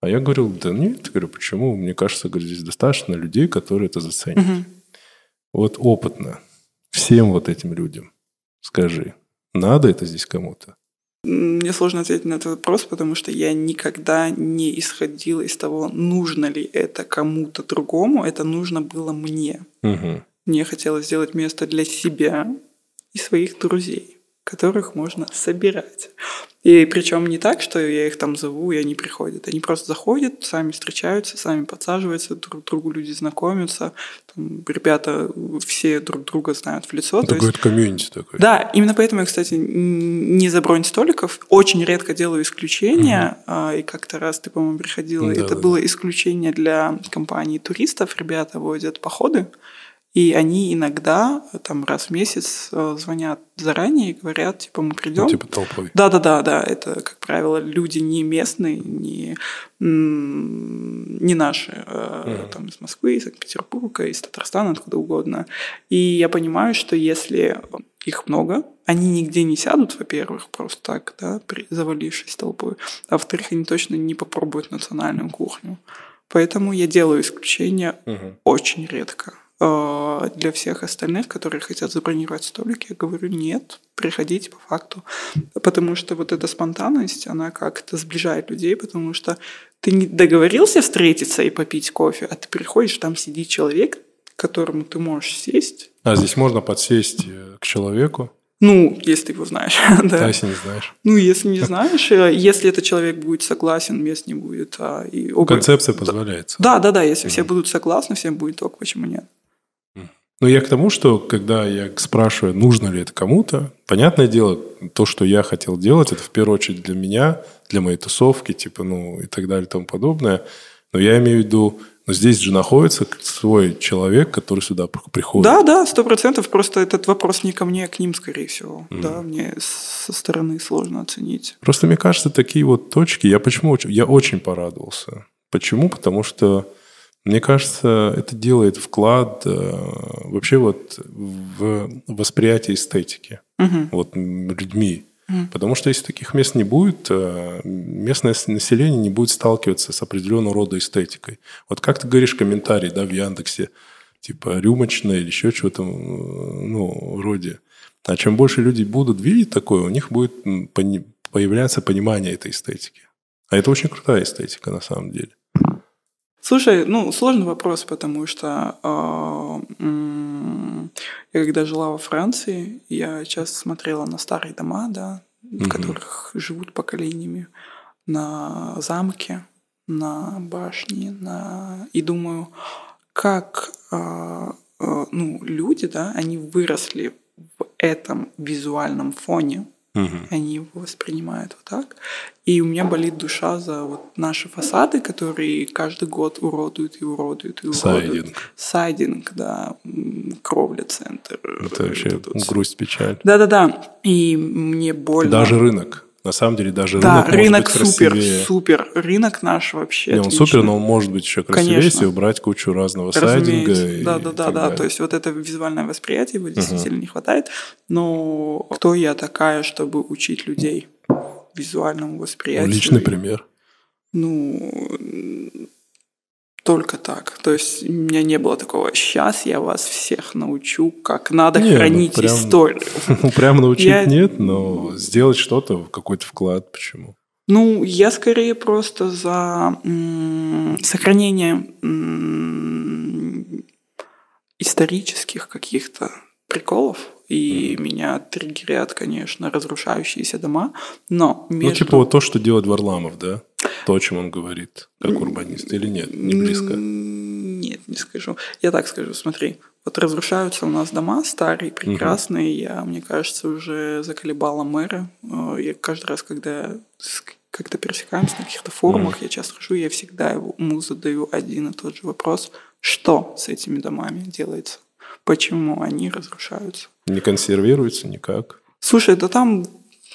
Speaker 1: А я говорил, да нет, говорю, почему? Мне кажется, говорю, здесь достаточно людей, которые это заценят. вот опытно, всем вот этим людям скажи, надо это здесь кому-то?
Speaker 2: Мне сложно ответить на этот вопрос, потому что я никогда не исходила из того, нужно ли это кому-то другому, это нужно было мне.
Speaker 1: Угу.
Speaker 2: Мне хотелось сделать место для себя и своих друзей, которых можно собирать. И причем не так, что я их там зову, и они приходят. Они просто заходят, сами встречаются, сами подсаживаются, друг другу люди знакомятся. Там, ребята все друг друга знают в лицо.
Speaker 1: Такое есть... комьюнити такое.
Speaker 2: Ну, Да, именно поэтому я, кстати, не за бронь столиков. Очень редко делаю исключения. Угу. И как-то раз ты, по-моему, приходила. Да, это да, было да. исключение для компании туристов. Ребята водят походы. И они иногда, там, раз в месяц э, звонят заранее и говорят, типа, мы придем. Ну,
Speaker 1: типа толпой.
Speaker 2: Да-да-да, да. Это, как правило, люди не местные, не, не наши, mm-hmm. там, из Москвы, из Санкт-Петербурга, из Татарстана, откуда угодно. И я понимаю, что если их много, они нигде не сядут, во-первых, просто так, да, завалившись толпой, а во-вторых, они точно не попробуют национальную кухню. Поэтому я делаю исключение
Speaker 1: mm-hmm.
Speaker 2: очень редко А, для всех остальных, которые хотят забронировать столик, я говорю, нет, приходите по факту. Потому что вот эта спонтанность, она как-то сближает людей, потому что ты не договорился встретиться и попить кофе, а ты приходишь, там сидит человек, к которому ты можешь сесть.
Speaker 1: А здесь можно подсесть э, к человеку,
Speaker 2: ну, если ты его знаешь. да.
Speaker 1: А если не знаешь?
Speaker 2: Ну, если не знаешь, э, если этот человек будет согласен, мест не будет. А, и
Speaker 1: оба... Концепция позволяет.
Speaker 2: Да, да, да, если mm-hmm. все будут согласны, всем будет ок, почему нет?
Speaker 1: Ну, я к тому, что когда я спрашиваю, нужно ли это кому-то, понятное дело, то, что я хотел делать, это в первую очередь для меня, для моей тусовки, типа, ну, и так далее, и тому подобное. Но я имею в виду, но здесь же находится свой человек, который сюда приходит.
Speaker 2: Да, да, сто процентов. Просто этот вопрос не ко мне, а к ним, скорее всего. Mm. Да, мне со стороны сложно оценить.
Speaker 1: Просто мне кажется, такие вот точки. Я почему я очень порадовался. Почему? Потому что мне кажется, это делает вклад э, вообще вот в восприятие эстетики
Speaker 2: mm-hmm.
Speaker 1: вот людьми.
Speaker 2: Mm.
Speaker 1: Потому что если таких мест не будет, э, местное население не будет сталкиваться с определенного рода эстетикой. Вот как ты говоришь комментарий да, в Яндексе, типа рюмочное или еще чего-то ну, вроде. А чем больше люди будут видеть такое, у них будет появляться понимание этой эстетики. А это очень крутая эстетика на самом деле.
Speaker 2: Слушай, ну сложный вопрос, потому что э, я когда жила во Франции, я часто смотрела на старые дома, да, в которых живут поколениями, на замке, на башне, на и думаю, как э, э, ну люди, да, они выросли в этом визуальном фоне,
Speaker 1: Угу.
Speaker 2: Они его воспринимают вот так. И у меня болит душа за вот наши фасады, которые каждый год уродуют и уродуют и уродуют.
Speaker 1: Сайдинг.
Speaker 2: Сайдинг, да. Кровля, центр. э,
Speaker 1: Это вообще это вот... грусть, печаль.
Speaker 2: Да-да-да. И мне больно.
Speaker 1: Даже рынок. На самом деле даже
Speaker 2: да,
Speaker 1: рынок,
Speaker 2: рынок супер, красивее. супер. Рынок наш вообще.
Speaker 1: Не, он отличный. супер, но он может быть еще красивее, Конечно. если убрать кучу разного сайдинга.
Speaker 2: Разумеется. Да, и да, и да, да. Далее. То есть вот это визуальное восприятие его действительно uh-huh. не хватает. Но кто я такая, чтобы учить людей визуальному восприятию? Ну,
Speaker 1: личный пример.
Speaker 2: Ну, только так. То есть у меня не было такого, сейчас я вас всех научу, как надо не, хранить ну, прям, историю.
Speaker 1: Ну, прям научить я... нет, но сделать что-то, какой-то вклад, почему?
Speaker 2: Ну, я скорее просто за м- сохранение м- исторических каких-то приколов, и mm-hmm. меня триггерят, конечно, разрушающиеся дома, но между...
Speaker 1: Ну, типа вот то, что делает Варламов, да? то, о чем он говорит, как урбанист, или нет? Не близко?
Speaker 2: Нет, не скажу. Я так скажу, смотри. Вот разрушаются у нас дома старые, прекрасные. Угу. Я, мне кажется, уже заколебала мэра. Э, Я каждый раз, когда как-то пересекаемся на каких-то форумах, угу. я часто хожу, я всегда ему задаю один и тот же вопрос. Что с этими домами делается? Почему они разрушаются?
Speaker 1: Не консервируются никак.
Speaker 2: Слушай, да там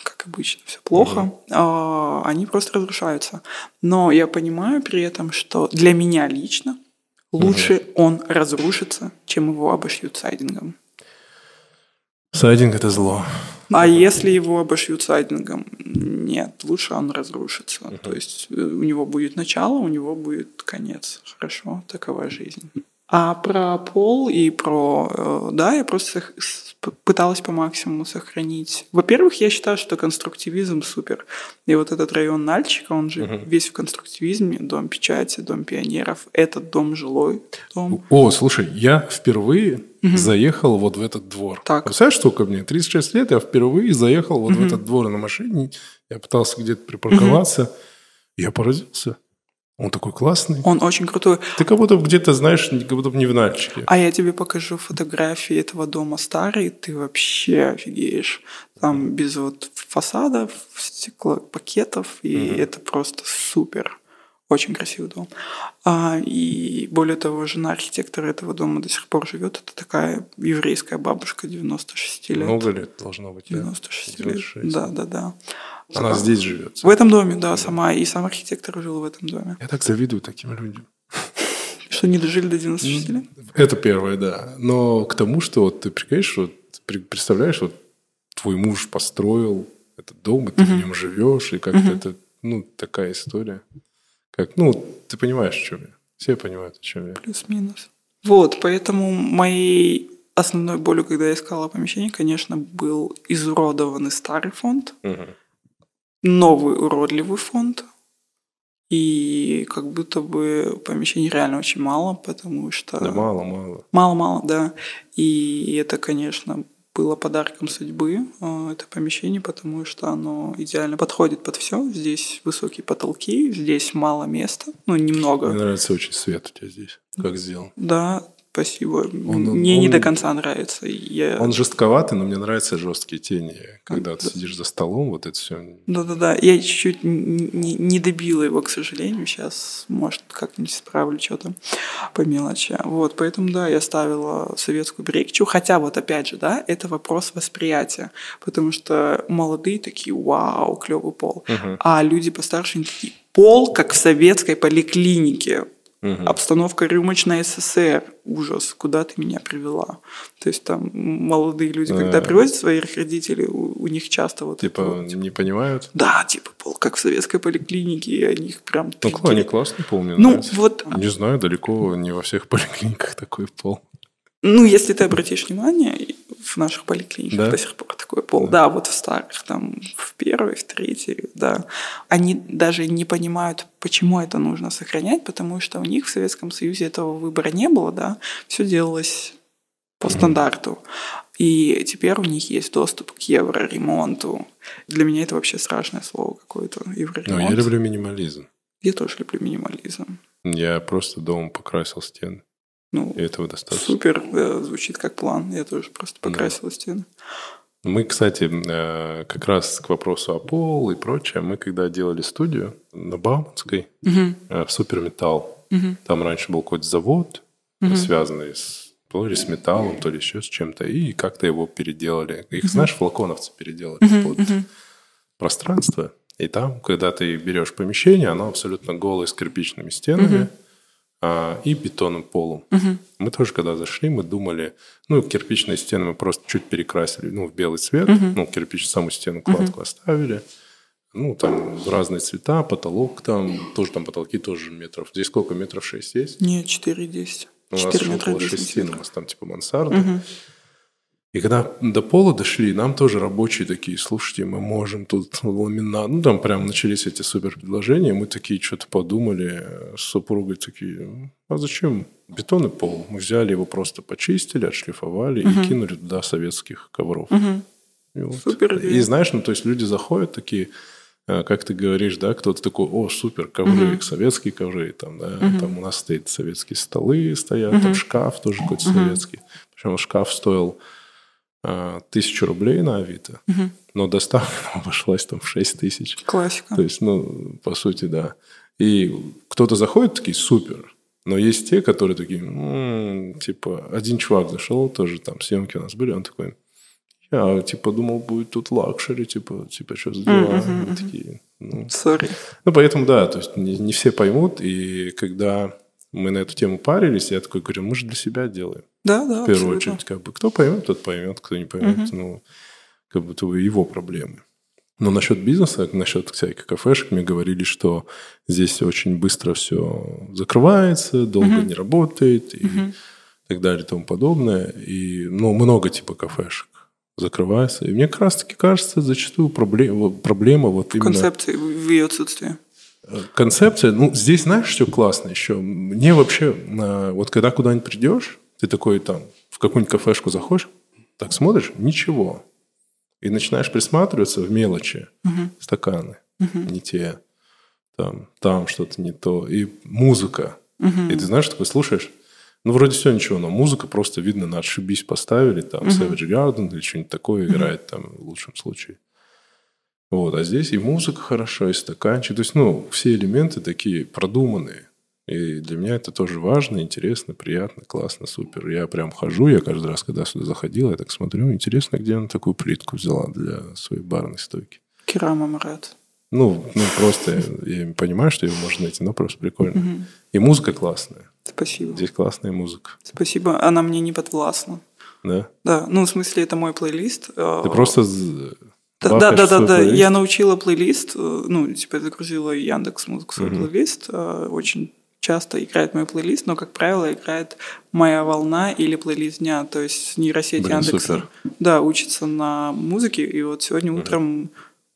Speaker 2: как обычно, все плохо, mm-hmm. они просто разрушаются. Но я понимаю при этом, что для меня лично лучше mm-hmm. он разрушится, чем его обошьют сайдингом.
Speaker 1: Сайдинг это зло.
Speaker 2: А mm-hmm. если его обошьют сайдингом? Нет, лучше он разрушится. э, Mm-hmm. То есть у него будет начало, у него будет конец. Хорошо, такова жизнь. А про пол и про... э, Да, я просто пыталась по максимуму сохранить. Во-первых, я считаю, что конструктивизм супер. И вот этот район Нальчика, он же угу. весь в конструктивизме. Дом печати, дом пионеров. Этот дом жилой. Дом.
Speaker 1: О, слушай, я впервые угу. заехал вот в этот двор.
Speaker 2: Так.
Speaker 1: Представляешь, сколько мне? 36 лет, я впервые заехал вот угу. в этот двор на машине. Я пытался где-то припарковаться. Угу. Я поразился. Он такой классный.
Speaker 2: Он очень крутой.
Speaker 1: Ты как будто где-то, знаешь, как будто не в Нальчике.
Speaker 2: А я тебе покажу фотографии этого дома старый, ты вообще офигеешь. Там mm. без вот фасадов, стеклопакетов, и mm-hmm. это просто супер. Очень красивый дом. А, и более того, жена архитектора этого дома до сих пор живет. Это такая еврейская бабушка 96 лет.
Speaker 1: Много лет должно быть.
Speaker 2: 96 да? 96 лет. Да, да, да.
Speaker 1: Она да. здесь живет.
Speaker 2: В этом доме, да, да, сама. И сам архитектор жил в этом доме.
Speaker 1: Я так завидую таким людям.
Speaker 2: Что не дожили до 96 лет?
Speaker 1: Это первое, да. Но к тому, что вот ты прикаешь, вот, представляешь, вот твой муж построил этот дом, и ты в нем живешь, и как-то это, ну, такая история. Как, ну, ты понимаешь, о чем я. Все понимают, о чем я.
Speaker 2: Плюс-минус. Вот, поэтому моей основной болью, когда я искала помещение, конечно, был изуродованный старый фонд,
Speaker 1: угу.
Speaker 2: новый уродливый фонд, и как будто бы помещений реально очень мало, потому что...
Speaker 1: Да мало, мало.
Speaker 2: Мало-мало, да. И это, конечно, было подарком судьбы э, это помещение, потому что оно идеально подходит под все. Здесь высокие потолки, здесь мало места, ну немного.
Speaker 1: Мне нравится очень свет у тебя здесь, как сделан.
Speaker 2: Да, спасибо. Он, он, мне он, не до конца нравится. Я...
Speaker 1: Он жестковатый, но мне нравятся жесткие тени, когда да. ты сидишь за столом, вот это все.
Speaker 2: Да-да-да, я чуть-чуть не, не добила его, к сожалению. Сейчас, может, как-нибудь исправлю что-то по мелочи. Вот, поэтому, да, я ставила советскую брекчу. Хотя вот опять же, да, это вопрос восприятия, потому что молодые такие, вау, клевый пол,
Speaker 1: угу.
Speaker 2: а люди постарше такие, пол, как в советской поликлинике. Угу. Обстановка рюмочная СССР. Ужас, куда ты меня привела? То есть там молодые люди, да. когда привозят своих родителей, у, у них часто вот...
Speaker 1: Типа
Speaker 2: это, вот,
Speaker 1: типа... не понимают?
Speaker 2: Да, типа пол, как в советской поликлинике, и они их прям...
Speaker 1: Ну, такие... они классные пол, мне
Speaker 2: ну,
Speaker 1: нравится.
Speaker 2: вот...
Speaker 1: Не знаю, далеко не во всех поликлиниках такой пол.
Speaker 2: Ну, если ты обратишь внимание, в наших поликлиниках да? до сих пор такой пол. Да. да, вот в старых, там, в первой, в третьей, да. Они даже не понимают, почему это нужно сохранять, потому что у них в Советском Союзе этого выбора не было, да. Все делалось по стандарту. И теперь у них есть доступ к евроремонту. Для меня это вообще страшное слово какое-то, евроремонт.
Speaker 1: Но Ну, я люблю минимализм.
Speaker 2: Я тоже люблю минимализм.
Speaker 1: Я просто дома покрасил стены.
Speaker 2: Ну,
Speaker 1: и этого достаточно.
Speaker 2: Супер, да, звучит как план. Я тоже просто покрасила да. стены.
Speaker 1: Мы, кстати, э, как раз к вопросу о пол и прочее, мы когда делали студию на Бауманской э,
Speaker 2: угу.
Speaker 1: в Суперметалл,
Speaker 2: угу.
Speaker 1: там раньше был какой-то завод,
Speaker 2: угу.
Speaker 1: связанный с то ли с металлом, то ли еще с чем-то, и как-то его переделали. Их, угу. знаешь, флаконовцы переделали
Speaker 2: угу.
Speaker 1: под угу. пространство. И там, когда ты берешь помещение, оно абсолютно голое с кирпичными стенами. Угу а, и бетонным полом.
Speaker 2: Угу.
Speaker 1: Мы тоже, когда зашли, мы думали, ну, кирпичные стены мы просто чуть перекрасили, ну, в белый цвет,
Speaker 2: угу.
Speaker 1: ну, кирпич саму стену кладку угу. оставили, ну, там разные цвета, потолок там, тоже там потолки тоже метров. Здесь сколько, метров 6 есть?
Speaker 2: Нет, 4 10.
Speaker 1: У нас уже Ну, около 6, у нас там типа мансарда. Угу. И когда до пола дошли, нам тоже рабочие такие, слушайте, мы можем тут ламинат. Ну, там прям начались эти супер предложения. Мы такие что-то подумали с супругой, такие, а зачем бетон и пол? Мы взяли его просто почистили, отшлифовали угу. и кинули туда советских ковров.
Speaker 2: Угу.
Speaker 1: И, вот.
Speaker 2: супер,
Speaker 1: и знаешь, ну то есть люди заходят такие, э, как ты говоришь, да, кто-то такой, о, супер, ковры, угу. советские ковры, там, да, угу. там у нас стоит советские столы стоят, угу. там шкаф тоже какой-то угу. советский. Причем шкаф стоил э, тысячу рублей на Авито,
Speaker 2: угу.
Speaker 1: но доставка обошлась там в 6 тысяч.
Speaker 2: Классика.
Speaker 1: То есть, ну, по сути, да. И кто-то заходит, такие, супер. Но есть те, которые такие, м-м", типа, один чувак зашел, тоже там съемки у нас были, он такой, я, типа, думал, будет тут лакшери, типа, типа, что за дела?
Speaker 2: Угу,
Speaker 1: угу. такие, ну...
Speaker 2: Sorry.
Speaker 1: Ну, поэтому, да, то есть не, не все поймут, и когда мы на эту тему парились, я такой говорю, мы же для себя делаем.
Speaker 2: Да, да.
Speaker 1: В первую абсолютно. очередь, как бы кто поймет, тот поймет, кто не поймет, угу. ну, как будто бы его проблемы. Но насчет бизнеса, насчет всяких кафешек, мне говорили, что здесь очень быстро все закрывается, долго
Speaker 2: Мгм.
Speaker 1: не работает и
Speaker 2: Мгм.
Speaker 1: так далее и тому подобное. И ну, много типа кафешек закрывается. И мне как раз-таки кажется, зачастую проблема, проблема вот именно...
Speaker 2: Концепции в ее отсутствии.
Speaker 1: Э, концепция. Ну, здесь знаешь, что классно еще? Мне вообще, э, вот когда куда-нибудь придешь, ты такой там в какую-нибудь кафешку заходишь, так смотришь, ничего. И начинаешь присматриваться в мелочи. Стаканы не те, там, там что-то не то. И музыка. И ты знаешь, такой слушаешь, ну, вроде все ничего, но музыка просто, видно, на отшибись поставили, там, Savage Garden или что-нибудь такое играет там в лучшем случае. Вот, а здесь и музыка хорошо, и стаканчик. То есть, ну, все элементы такие продуманные. И для меня это тоже важно, интересно, приятно, классно, супер. Я прям хожу, я каждый раз, когда сюда заходил, я так смотрю, интересно, где она такую плитку взяла для своей барной стойки.
Speaker 2: Керам Амарат.
Speaker 1: Ну, ну просто я, я понимаю, что ее можно найти, но просто прикольно. И музыка классная.
Speaker 2: Спасибо.
Speaker 1: Здесь классная музыка,
Speaker 2: Спасибо. Она мне не подвластна.
Speaker 1: да?
Speaker 2: Да, ну, в смысле, это мой плейлист. э,
Speaker 1: Ты просто з-
Speaker 2: А, Да, да,
Speaker 1: бахаешь
Speaker 2: да, да,
Speaker 1: свой
Speaker 2: да.
Speaker 1: плейлист.
Speaker 2: Я научила плейлист, э, ну, типа загрузила Яндекс Музыку свой плейлист. э, Очень часто играет мой плейлист, но, как правило, играет «Моя волна» или «Плейлист дня». То есть нейросеть
Speaker 1: Блин,
Speaker 2: Яндекса.
Speaker 1: супер.
Speaker 2: Да, учится на музыке. И вот сегодня утром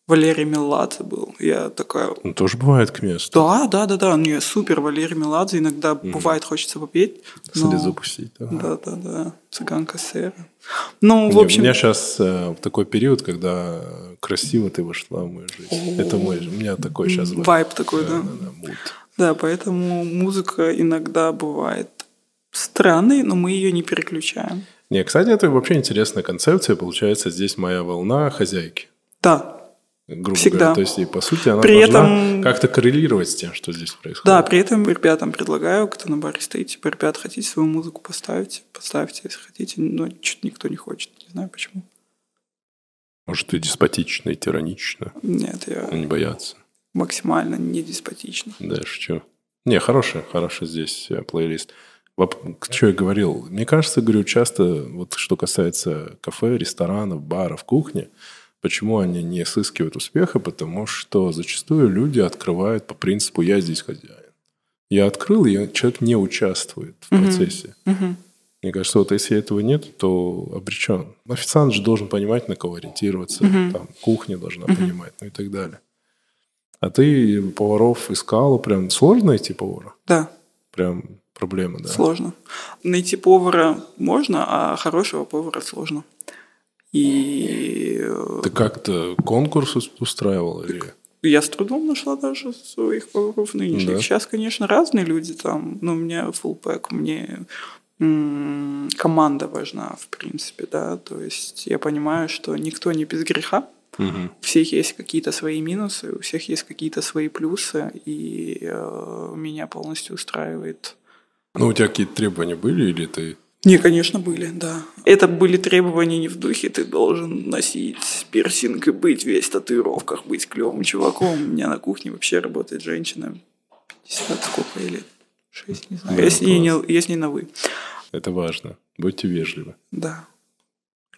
Speaker 2: Валерий Меладзе был. Я такая,
Speaker 1: Ну, тоже бывает к месту.
Speaker 2: да, да, да, да, не, супер, Валерий Меладзе. Иногда бывает хочется попеть. но-
Speaker 1: Слезу пустить. да.
Speaker 2: Да, да, да. Цыганка Сера. Ну, в
Speaker 1: Не,
Speaker 2: общем...
Speaker 1: У меня сейчас э, такой период, когда красиво ты вошла в мою жизнь. Это мой, у меня такой сейчас
Speaker 2: Вайб такой, да.
Speaker 1: муд.
Speaker 2: Да, поэтому музыка иногда бывает странной, но мы ее не переключаем.
Speaker 1: Не, кстати, это вообще интересная концепция. Получается, здесь моя волна хозяйки.
Speaker 2: Да,
Speaker 1: Грубо
Speaker 2: Всегда.
Speaker 1: говоря. То есть, и по сути, она
Speaker 2: При
Speaker 1: должна
Speaker 2: этом-
Speaker 1: как-то коррелировать с тем, что здесь
Speaker 2: да,
Speaker 1: происходит.
Speaker 2: при этом ребятам предлагаю, кто на баре стоит, типа, ребят, хотите свою музыку поставить? Поставьте, если хотите, но чуть никто не хочет, не знаю почему.
Speaker 1: Может, ты деспотично и тиранично.
Speaker 2: Нет, я
Speaker 1: Не бояться.
Speaker 2: максимально не деспотична.
Speaker 1: Да, я шучу. Не, хороший, хороший здесь э, плейлист. Что я говорил? Мне кажется, говорю, часто, вот что касается кафе, ресторанов, баров, кухни, почему они не сыскивают успеха? Потому что зачастую люди открывают по принципу «я здесь хозяин». Я открыл, и человек не участвует в процессе. Мне кажется, вот если этого нет, то обречен. Официант же должен понимать, на кого ориентироваться, там, кухня должна понимать, ну и так далее. А ты поваров искала, прям сложно найти повара?
Speaker 2: Да,
Speaker 1: Прям проблема, да?
Speaker 2: сложно. Найти повара можно, а хорошего повара сложно. И э,
Speaker 1: Ты как-то конкурс ус- устраивал? Или...
Speaker 2: Я с трудом нашла даже своих поваров нынешних.
Speaker 1: Да.
Speaker 2: Сейчас, конечно, разные люди там, но у меня fullback, мне м, команда важна, в принципе, да. То есть я понимаю, что никто не без греха. У всех есть какие-то свои минусы, у всех есть какие-то свои плюсы, и э, меня полностью устраивает
Speaker 1: Ну, у тебя какие-то требования были, или ты...
Speaker 2: не, конечно, были, да. Это были требования не в духе, ты должен носить пирсинг и быть весь в татуировках, быть клевым чуваком. У меня на кухне вообще работает женщина 50 сколько ей лет? 6, не знаю.
Speaker 1: Да,
Speaker 2: Я с, ней не, я с ней на «вы».
Speaker 1: Это важно. Будьте вежливы.
Speaker 2: Да.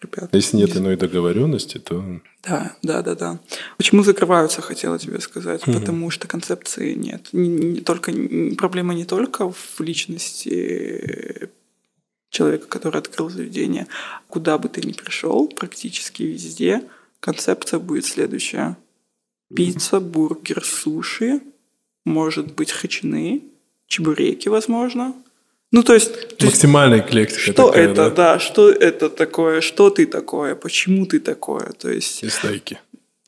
Speaker 2: Ребята.
Speaker 1: Если нет иной договоренности, то...
Speaker 2: Да, да, да, да. Почему закрываются, хотела тебе сказать, потому что концепции нет. Не, не только, н- проблема не только в личности человека, который открыл заведение. Куда бы ты ни пришел, практически везде концепция будет следующая. Пицца, бургер, суши, может быть, хачины, чебуреки, возможно. Ну, то есть... то есть
Speaker 1: Максимальная эклектика
Speaker 2: что
Speaker 1: такая,
Speaker 2: это, да, что это такое, что ты такое, почему ты такое, то есть
Speaker 1: И стейки.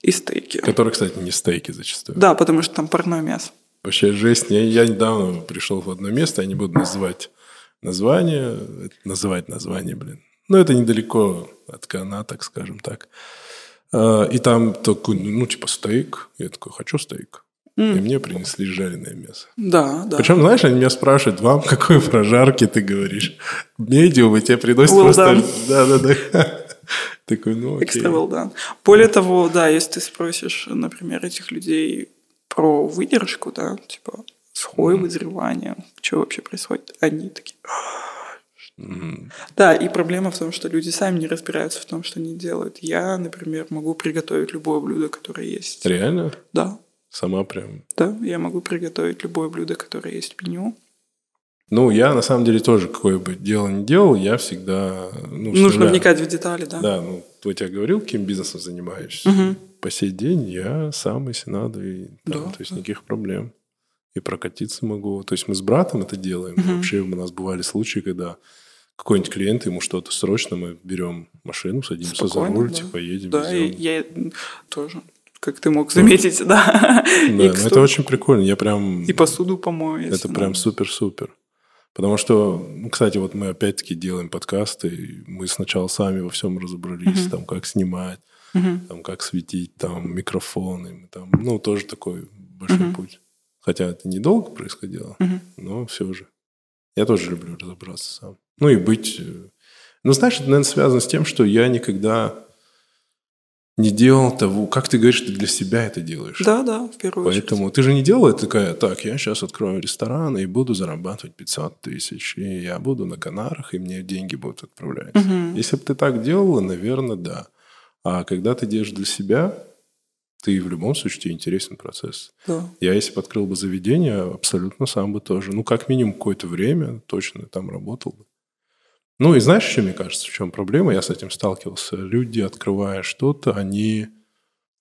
Speaker 2: и стейки.
Speaker 1: Которые, кстати, не стейки зачастую.
Speaker 2: Да, потому что там парное мясо.
Speaker 1: Вообще жесть. Я, я недавно пришел в одно место, я не буду называть название. э, Называть название, блин. Но это недалеко от Кана, так скажем так. А, И там такой, ну, ну, типа стейк. Я такой, хочу стейк. И мне принесли жареное мясо.
Speaker 2: Да, да.
Speaker 1: Причем, знаешь, они меня спрашивают, вам какой прожарки ты говоришь? Медиум, и тебе приносят
Speaker 2: Well
Speaker 1: просто...
Speaker 2: done.
Speaker 1: Да-да-да. Такой, ну, окей.
Speaker 2: Extra well done. Более того, да, если ты спросишь, например, этих людей про выдержку, да, типа схой, вызревание, что вообще происходит, они такие, «А, Mm-hmm. Да, и проблема в том, что люди сами не разбираются в том, что они делают. Я, например, могу приготовить любое блюдо, которое есть.
Speaker 1: Реально?
Speaker 2: Да.
Speaker 1: Сама прям?
Speaker 2: Да, я могу приготовить любое блюдо, которое есть в меню.
Speaker 1: Ну, я на самом деле тоже какое бы дело не делал, я всегда...
Speaker 2: Ну, Нужно нуля... вникать в детали, да.
Speaker 1: Да, ну, вот я говорил, каким бизнесом занимаешься. Угу. По сей день я сам, если надо, и там, да, то есть да. никаких проблем. И прокатиться могу. То есть мы с братом это делаем. Угу. Вообще у нас бывали случаи, когда какой-нибудь клиент, ему что-то срочно, мы берем машину, садимся Спокойно, за руль, да. типа едем.
Speaker 2: Да, и я тоже как ты мог заметить,
Speaker 1: Да,
Speaker 2: да.
Speaker 1: ну, это очень приколь. прикольно. Я прям...
Speaker 2: И посуду помою.
Speaker 1: Это прям супер-супер. Потому что, ну, кстати, вот мы опять-таки делаем подкасты, мы сначала сами во всем разобрались, mm-hmm. там как снимать, mm-hmm. там как светить, там микрофоны, там, ну тоже такой большой mm-hmm. путь. Хотя это недолго происходило, mm-hmm. но все же. Я тоже люблю разобраться сам. Ну и быть. Ну знаешь, это наверное связано с тем, что я никогда не делал того, как ты говоришь, ты для себя это делаешь.
Speaker 2: Да, да, в первую
Speaker 1: Поэтому
Speaker 2: очередь.
Speaker 1: ты же не делала такая, так, я сейчас открою ресторан и буду зарабатывать 500 тысяч, и я буду на Канарах, и мне деньги будут отправлять. Угу. Если бы ты так делала, наверное, да. А когда ты делаешь для себя, ты в любом случае тебе интересен процесс.
Speaker 2: Да.
Speaker 1: Я если бы открыл бы заведение, абсолютно сам бы тоже, ну, как минимум какое-то время точно там работал бы. Ну и знаешь, что мне кажется, в чем проблема? Я с этим сталкивался. Люди, открывая что-то, они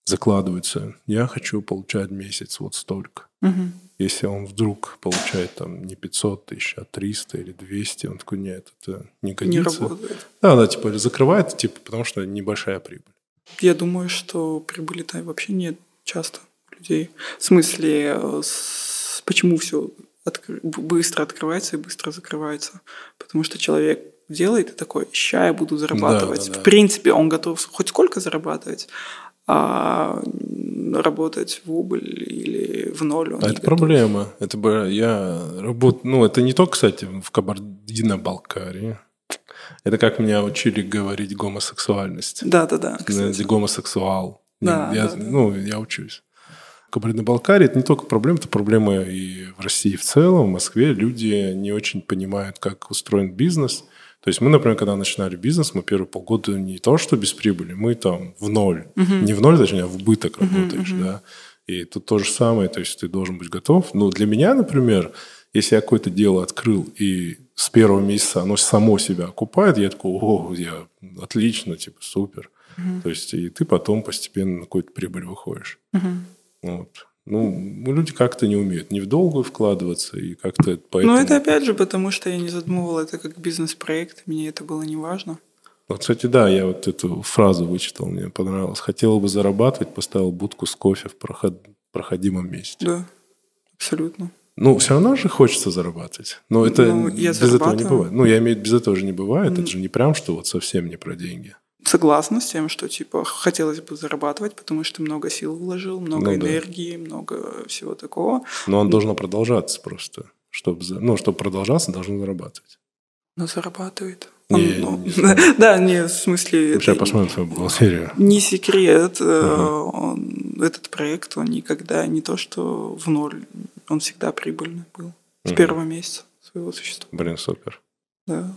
Speaker 1: закладываются. Я хочу получать месяц вот столько. Угу. Если он вдруг получает там не 500 тысяч, а 300 или 200, он такой, нет, это не годится.
Speaker 2: Не работает.
Speaker 1: Да, да, типа закрывает, типа, потому что небольшая прибыль.
Speaker 2: Я думаю, что прибыли-то вообще нет часто у людей. В смысле, э, с... почему все откр... быстро открывается и быстро закрывается? Потому что человек делает и такой, ща я буду зарабатывать. Да, да, да. В принципе, он готов хоть сколько зарабатывать, а работать в убыль или в ноль. Он
Speaker 1: а это готов. проблема. Это бы я работ... Ну, это не только, кстати, в Кабардино-Балкарии. Это как меня учили говорить гомосексуальность.
Speaker 2: Да, да, да.
Speaker 1: Кстати. Гомосексуал. Да, я, да, да. Ну, я учусь. Кабардино-Балкарии это не только проблема, это проблема и в России в целом, в Москве. Люди не очень понимают, как устроен бизнес. То есть мы, например, когда начинали бизнес, мы первые полгода не то, что без прибыли, мы там в ноль. Uh-huh. Не в ноль, точнее, а в убыток uh-huh, работаешь, uh-huh. да. И тут то же самое, то есть ты должен быть готов. Но для меня, например, если я какое-то дело открыл и с первого месяца оно само себя окупает, я такой, о, я отлично, типа, супер. Uh-huh. То есть и ты потом постепенно на какую-то прибыль выходишь. Uh-huh. Вот. Ну, люди как-то не умеют ни в долгую вкладываться, и как-то
Speaker 2: поэтому... Ну, это опять же потому, что я не задумывала это как бизнес-проект, мне это было не важно.
Speaker 1: Вот, кстати, да, я вот эту фразу вычитал, мне понравилось. Хотел бы зарабатывать, поставил будку с кофе в проход... проходимом месте.
Speaker 2: Да, абсолютно.
Speaker 1: Ну, все равно же хочется зарабатывать. Но это ну, без этого не бывает. Ну, я имею в виду, без этого же не бывает. Mm. Это же не прям, что вот совсем не про деньги
Speaker 2: согласна с тем, что типа хотелось бы зарабатывать, потому что много сил вложил, много ну, энергии, да. много всего такого.
Speaker 1: Но он должен продолжаться просто, чтобы ну чтобы продолжаться, должен зарабатывать.
Speaker 2: Но зарабатывает. Он, не, ну, не да, не в смысле.
Speaker 1: Сейчас посмотрим твою бухгалтерию.
Speaker 2: Не секрет, угу. он, этот проект он никогда не то что в ноль, он всегда прибыльный был с угу. первого месяца своего существования.
Speaker 1: Блин, супер.
Speaker 2: Да.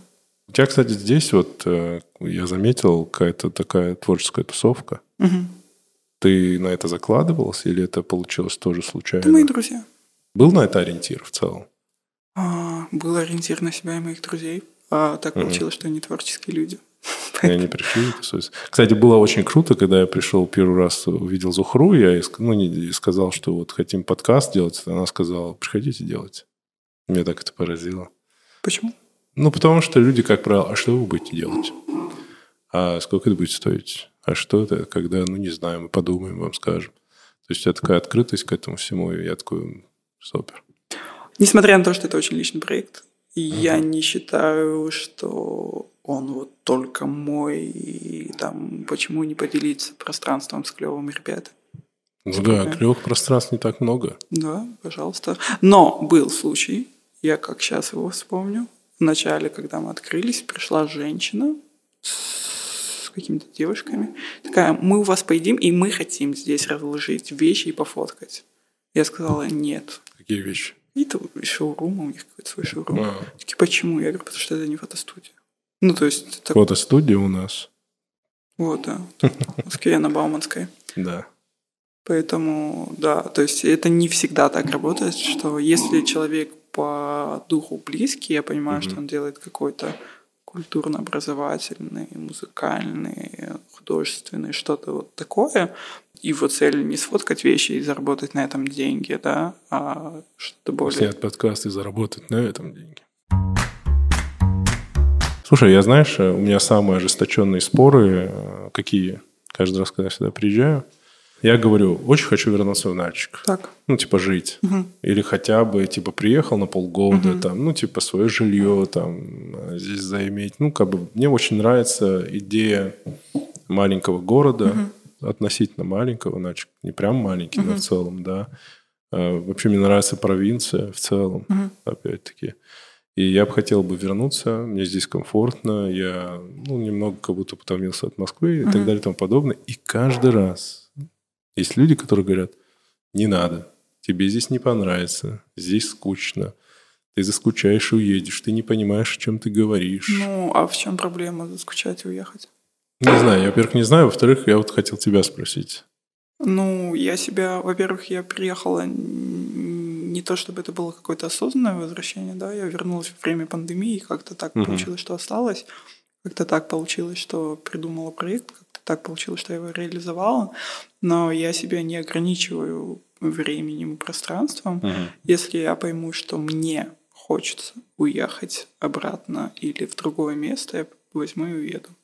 Speaker 1: У тебя, кстати, здесь вот э, я заметил какая-то такая творческая тусовка.
Speaker 2: Угу.
Speaker 1: Ты на это закладывалась или это получилось тоже случайно?
Speaker 2: Это мои друзья.
Speaker 1: Был на это ориентир в целом?
Speaker 2: А, был ориентир на себя и моих друзей. А так угу. получилось, что они творческие люди.
Speaker 1: И они пришли. Кстати, было очень круто, когда я пришел первый раз, увидел Зухру, я ну, не, сказал, что вот хотим подкаст делать. Она сказала, приходите делать. Меня так это поразило.
Speaker 2: Почему?
Speaker 1: Ну, потому что люди, как правило, а что вы будете делать? А сколько это будет стоить? А что это, когда, ну, не знаю, мы подумаем, вам скажем. То есть у тебя такая открытость к этому всему, и я такой, супер.
Speaker 2: Несмотря на то, что это очень личный проект, угу. я не считаю, что он вот только мой, и там, почему не поделиться пространством с клевыми ребятами.
Speaker 1: Ну да, клевых пространств не так много.
Speaker 2: Да, пожалуйста. Но был случай, я как сейчас его вспомню, вначале, когда мы открылись, пришла женщина с какими-то девушками. Такая, мы у вас поедим, и мы хотим здесь разложить вещи и пофоткать. Я сказала, нет.
Speaker 1: Какие вещи?
Speaker 2: И там шоурум, у них какой-то свой шоурум. А. Такие, почему? Я говорю, потому что это не фотостудия. Ну, то есть...
Speaker 1: Так... Фотостудия у нас.
Speaker 2: Вот, да. В Москве, на Бауманской.
Speaker 1: Да.
Speaker 2: Поэтому, да, то есть это не всегда так работает, что если человек по духу близкий, я понимаю, mm-hmm. что он делает какой-то культурно-образовательный, музыкальный, художественный, что-то вот такое, его цель не сфоткать вещи и заработать на этом деньги, да, а что-то более...
Speaker 1: Снять подкаст и заработать на этом деньги. Слушай, я знаешь, э, у меня самые ожесточенные споры, э, какие каждый раз, когда я сюда приезжаю, я говорю, очень хочу вернуться в Нальчик.
Speaker 2: Так.
Speaker 1: Ну, типа, жить. Угу. Или хотя бы, типа, приехал на полгода, угу. там, ну, типа, свое жилье там а, здесь заиметь. Ну, как бы, мне очень нравится идея маленького города, угу. относительно маленького, Нальчик не прям маленький, угу. но в целом, да. А, вообще, мне нравится провинция в целом, угу. опять-таки. И я бы хотел бы вернуться, мне здесь комфортно, я, ну, немного как будто потомился от Москвы и угу. так далее и тому подобное. И каждый раз есть люди, которые говорят, не надо, тебе здесь не понравится, здесь скучно, ты заскучаешь и уедешь, ты не понимаешь, о чем ты говоришь.
Speaker 2: Ну, а в чем проблема заскучать и уехать?
Speaker 1: Не знаю, я, во-первых, не знаю, во-вторых, я вот хотел тебя спросить.
Speaker 2: Ну, я себя, во-первых, я приехала не то, чтобы это было какое-то осознанное возвращение, да, я вернулась в время пандемии, и как-то так угу. получилось, что осталось, как-то так получилось, что придумала проект, так получилось, что я его реализовала, но я себя не ограничиваю временем и пространством. Угу. Uh-huh. Если я пойму, что мне хочется уехать обратно или в другое место, я возьму и уеду.
Speaker 1: Но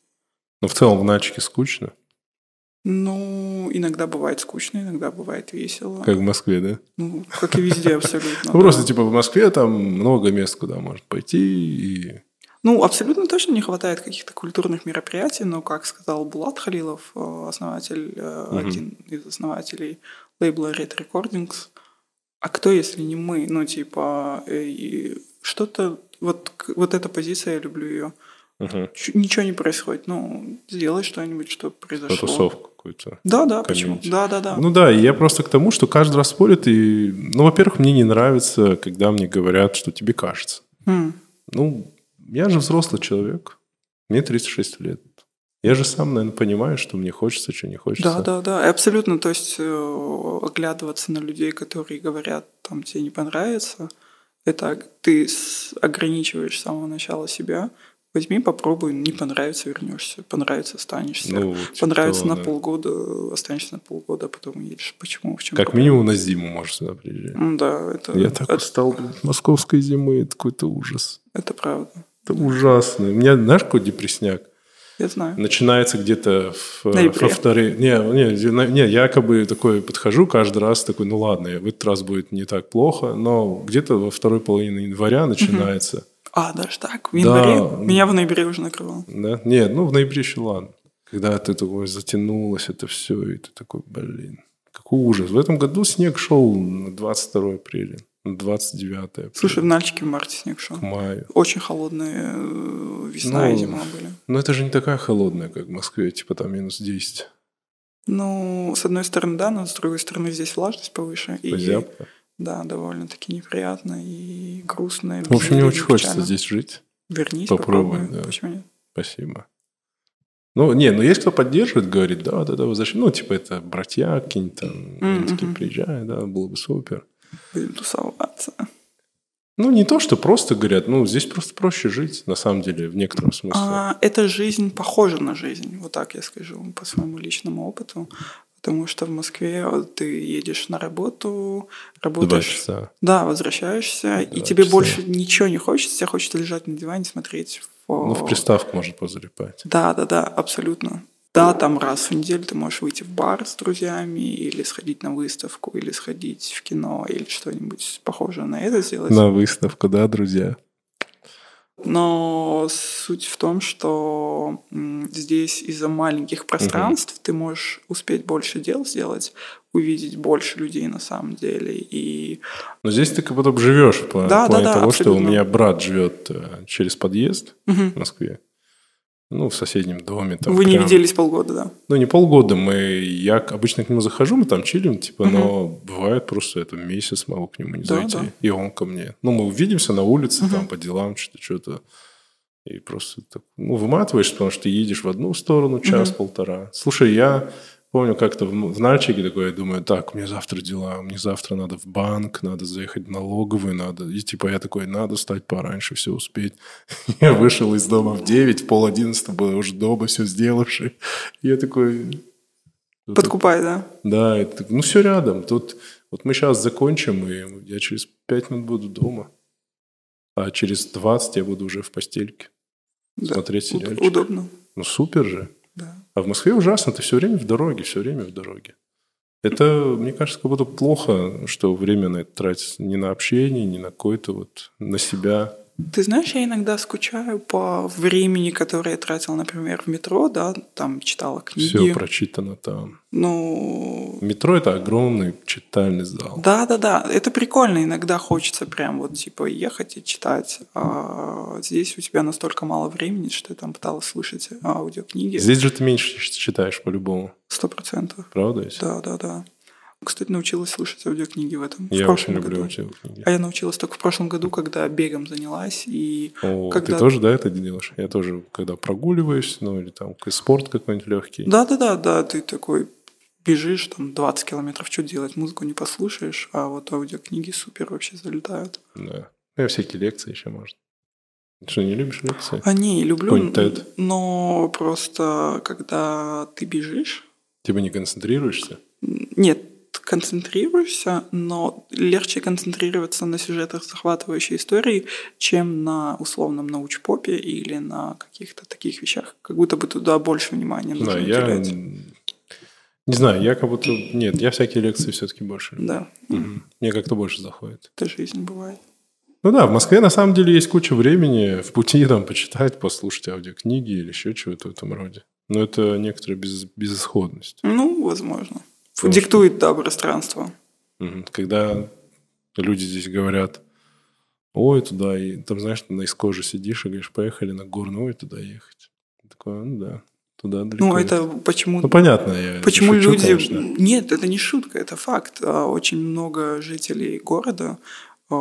Speaker 1: Ну, в целом в Нальчике скучно?
Speaker 2: Ну, иногда бывает скучно, иногда бывает весело.
Speaker 1: Как в Москве, да?
Speaker 2: Ну, как и везде абсолютно.
Speaker 1: Ну, просто типа в Москве там много мест, куда можно пойти и
Speaker 2: ну, абсолютно точно не хватает каких-то культурных мероприятий, но, как сказал Булат Халилов, э, основатель, mm-hmm. один из основателей лейбла Red Recordings, а кто, если не мы? Ну, типа, и что-то... Вот, вот эта позиция, я люблю ее. Uh-huh. Ч- ничего не происходит. Ну, сделай что-нибудь, что произошло.
Speaker 1: Потусовку какую-то.
Speaker 2: Да, да, почему? Да, да, да.
Speaker 1: Ну да, я просто к тому, что каждый раз спорят, и, ну, во-первых, мне не нравится, когда мне говорят, что тебе кажется. Mm. Ну, я же взрослый человек, мне 36 лет. Я же сам, наверное, понимаю, что мне хочется, что не хочется.
Speaker 2: Да, да, да, абсолютно. То есть э, оглядываться на людей, которые говорят, там тебе не понравится, это ты ограничиваешь с самого начала себя. Возьми, попробуй, не понравится, вернешься, понравится, останешься. Ну, вот, типа понравится того, на да. полгода, останешься на полгода, а потом едешь. Почему? В Ну
Speaker 1: чем как проблема? минимум на зиму можешь сюда приезжать.
Speaker 2: Да, это.
Speaker 1: Я так
Speaker 2: это...
Speaker 1: устал от московской зимы, это какой-то ужас.
Speaker 2: Это правда.
Speaker 1: Это ужасно. У меня, знаешь, какой депресняк?
Speaker 2: Я знаю.
Speaker 1: Начинается где-то в, э, во второй... Не, не, не, якобы такой подхожу каждый раз, такой, ну ладно, в этот раз будет не так плохо, но где-то во второй половине января начинается... Угу.
Speaker 2: А, даже так? В январе? Да. Меня в ноябре уже накрывало.
Speaker 1: Да? Нет, ну в ноябре еще ладно. Когда ты такой затянулось это все, и ты такой, блин, какой ужас. В этом году снег шел на 22 апреля. 29 апреля.
Speaker 2: Слушай, в Нальчике в марте снег шел.
Speaker 1: К маю.
Speaker 2: Очень холодная весна ну, и зима были.
Speaker 1: Но это же не такая холодная, как в Москве, типа там минус 10.
Speaker 2: Ну, с одной стороны, да, но с другой стороны здесь влажность повыше.
Speaker 1: И, Зябко.
Speaker 2: Да, довольно-таки неприятно и грустно. И
Speaker 1: в общем, мне очень печально. хочется здесь жить.
Speaker 2: Вернись,
Speaker 1: попробуй. попробуй. Да.
Speaker 2: Почему нет?
Speaker 1: Спасибо. Ну, не, ну есть кто поддерживает, говорит, да, да, да, возвращай. Ну, типа, это братья какие-нибудь там, mm-hmm. такие приезжают, да, было бы супер.
Speaker 2: Будем тусоваться.
Speaker 1: Ну, не то, что просто говорят, ну, здесь просто проще жить, на самом деле, в некотором смысле.
Speaker 2: А, эта жизнь похожа на жизнь, вот так я скажу, по своему личному опыту. Потому что в Москве ты едешь на работу, работаешь... Два
Speaker 1: часа.
Speaker 2: Да, возвращаешься, Два и тебе часа. больше ничего не хочется, тебе хочется лежать на диване, смотреть...
Speaker 1: В... Ну, в приставку можно позалипать.
Speaker 2: Да-да-да, абсолютно. Да, там раз в неделю ты можешь выйти в бар с друзьями, или сходить на выставку, или сходить в кино, или что-нибудь похожее на это сделать.
Speaker 1: На выставку, да, друзья.
Speaker 2: Но суть в том, что здесь из-за маленьких пространств угу. ты можешь успеть больше дел сделать, увидеть больше людей на самом деле. И...
Speaker 1: Но здесь ты как будто живешь э, в плане, да, в плане да, да, того, абсолютно. что у меня брат живет через подъезд угу. в Москве. ну, в соседнем доме. Там
Speaker 2: Вы не
Speaker 1: прям-
Speaker 2: виделись полгода, да?
Speaker 1: Ну, не полгода. Мы, я к- обычно к нему захожу, мы там чилим, типа, но бывает просто это месяц могу к нему не
Speaker 2: Да,
Speaker 1: зайти.
Speaker 2: да.
Speaker 1: И он ко мне. Ну, мы увидимся на улице, там, по делам, что-то, что-то. И просто так, ну, выматываешься, потому что ты едешь в одну сторону час-полтора. Слушай, я помню как-то в, в Нальчике такое, я думаю, так, мне завтра дела, мне завтра надо в банк, надо заехать в налоговую, надо... И типа я такой, надо встать пораньше, все успеть. Я вышел из дома в 9, в пол одиннадцатого был уже дома, все сделавший. Я такой, Ну,
Speaker 2: Подкупай, да?
Speaker 1: да, это- ну все рядом. Тут вот мы сейчас закончим, и я через пять минут буду дома. А через 20 я буду уже в постельке
Speaker 2: Да.
Speaker 1: смотреть
Speaker 2: Уд-
Speaker 1: сериальчик.
Speaker 2: Удобно.
Speaker 1: Ну супер же.
Speaker 2: Да.
Speaker 1: А в Москве ужасно, ты все время в дороге, все время в дороге. Это, мне кажется, как будто плохо, что время на это тратится не на общение, не на какое-то вот, на себя.
Speaker 2: Ты знаешь, я иногда скучаю по времени, которое я тратил, например, в метро, да, там читала
Speaker 1: Все
Speaker 2: книги.
Speaker 1: прочитано там.
Speaker 2: Ну,
Speaker 1: Метро – это огромный читальный зал.
Speaker 2: да, да, да, это прикольно. Иногда хочется прям вот типа ехать и читать. А здесь у тебя настолько мало времени, что я там пыталась слышать аудиокниги.
Speaker 1: Здесь же ты меньше читаешь по-любому,
Speaker 2: Сто процентов.
Speaker 1: правда? ведь?
Speaker 2: Да, да, да. Кстати, научилась слышать аудиокниги в этом. в
Speaker 1: Я очень
Speaker 2: прошлом
Speaker 1: люблю
Speaker 2: году.
Speaker 1: аудиокниги.
Speaker 2: А я научилась только в прошлом году, когда бегом занялась и
Speaker 1: О,
Speaker 2: когда
Speaker 1: Ты тоже, да, это делаешь? Я тоже, когда прогуливаюсь, ну или там к- спорт какой-нибудь легкий.
Speaker 2: Да, да, да, да, ты такой бежишь, там 20 километров, что делать, музыку не послушаешь, а вот аудиокниги супер вообще залетают.
Speaker 1: Да. Ну, и всякие лекции еще можно. Ты что, не любишь лекции?
Speaker 2: А не, люблю,
Speaker 1: Какой-нибудь TED.
Speaker 2: но просто когда ты бежишь,
Speaker 1: Типа не концентрируешься?
Speaker 2: м, нет, ты концентрируешься, но легче концентрироваться на сюжетах захватывающей истории, чем на условном научпопе или на каких-то таких вещах. Как будто бы туда больше внимания нужно
Speaker 1: Да, я...
Speaker 2: уделять.
Speaker 1: м, Не знаю, я как будто... Нет, я всякие лекции все-таки больше люблю.
Speaker 2: Да,
Speaker 1: Мгм. Мне как-то больше заходит.
Speaker 2: это жизнь бывает.
Speaker 1: Ну да, в Москве на самом деле есть куча времени в пути там почитать, послушать аудиокниги или еще чего-то в этом роде. Но это некоторая без- безысходность.
Speaker 2: Ну, возможно.
Speaker 1: Потому что-
Speaker 2: Диктует, да, пространство.
Speaker 1: Мгм. Когда люди здесь говорят, ой, туда, и там, знаешь, ты на из кожи сидишь и говоришь, поехали на горную, ой, туда ехать. Я Такой, ну да, туда далеко.
Speaker 2: Ну,
Speaker 1: ехать».
Speaker 2: это почему...
Speaker 1: Ну, понятно, я
Speaker 2: почему
Speaker 1: шучу,
Speaker 2: люди...
Speaker 1: конечно.
Speaker 2: Нет, это не шутка, это факт. А, Очень много жителей города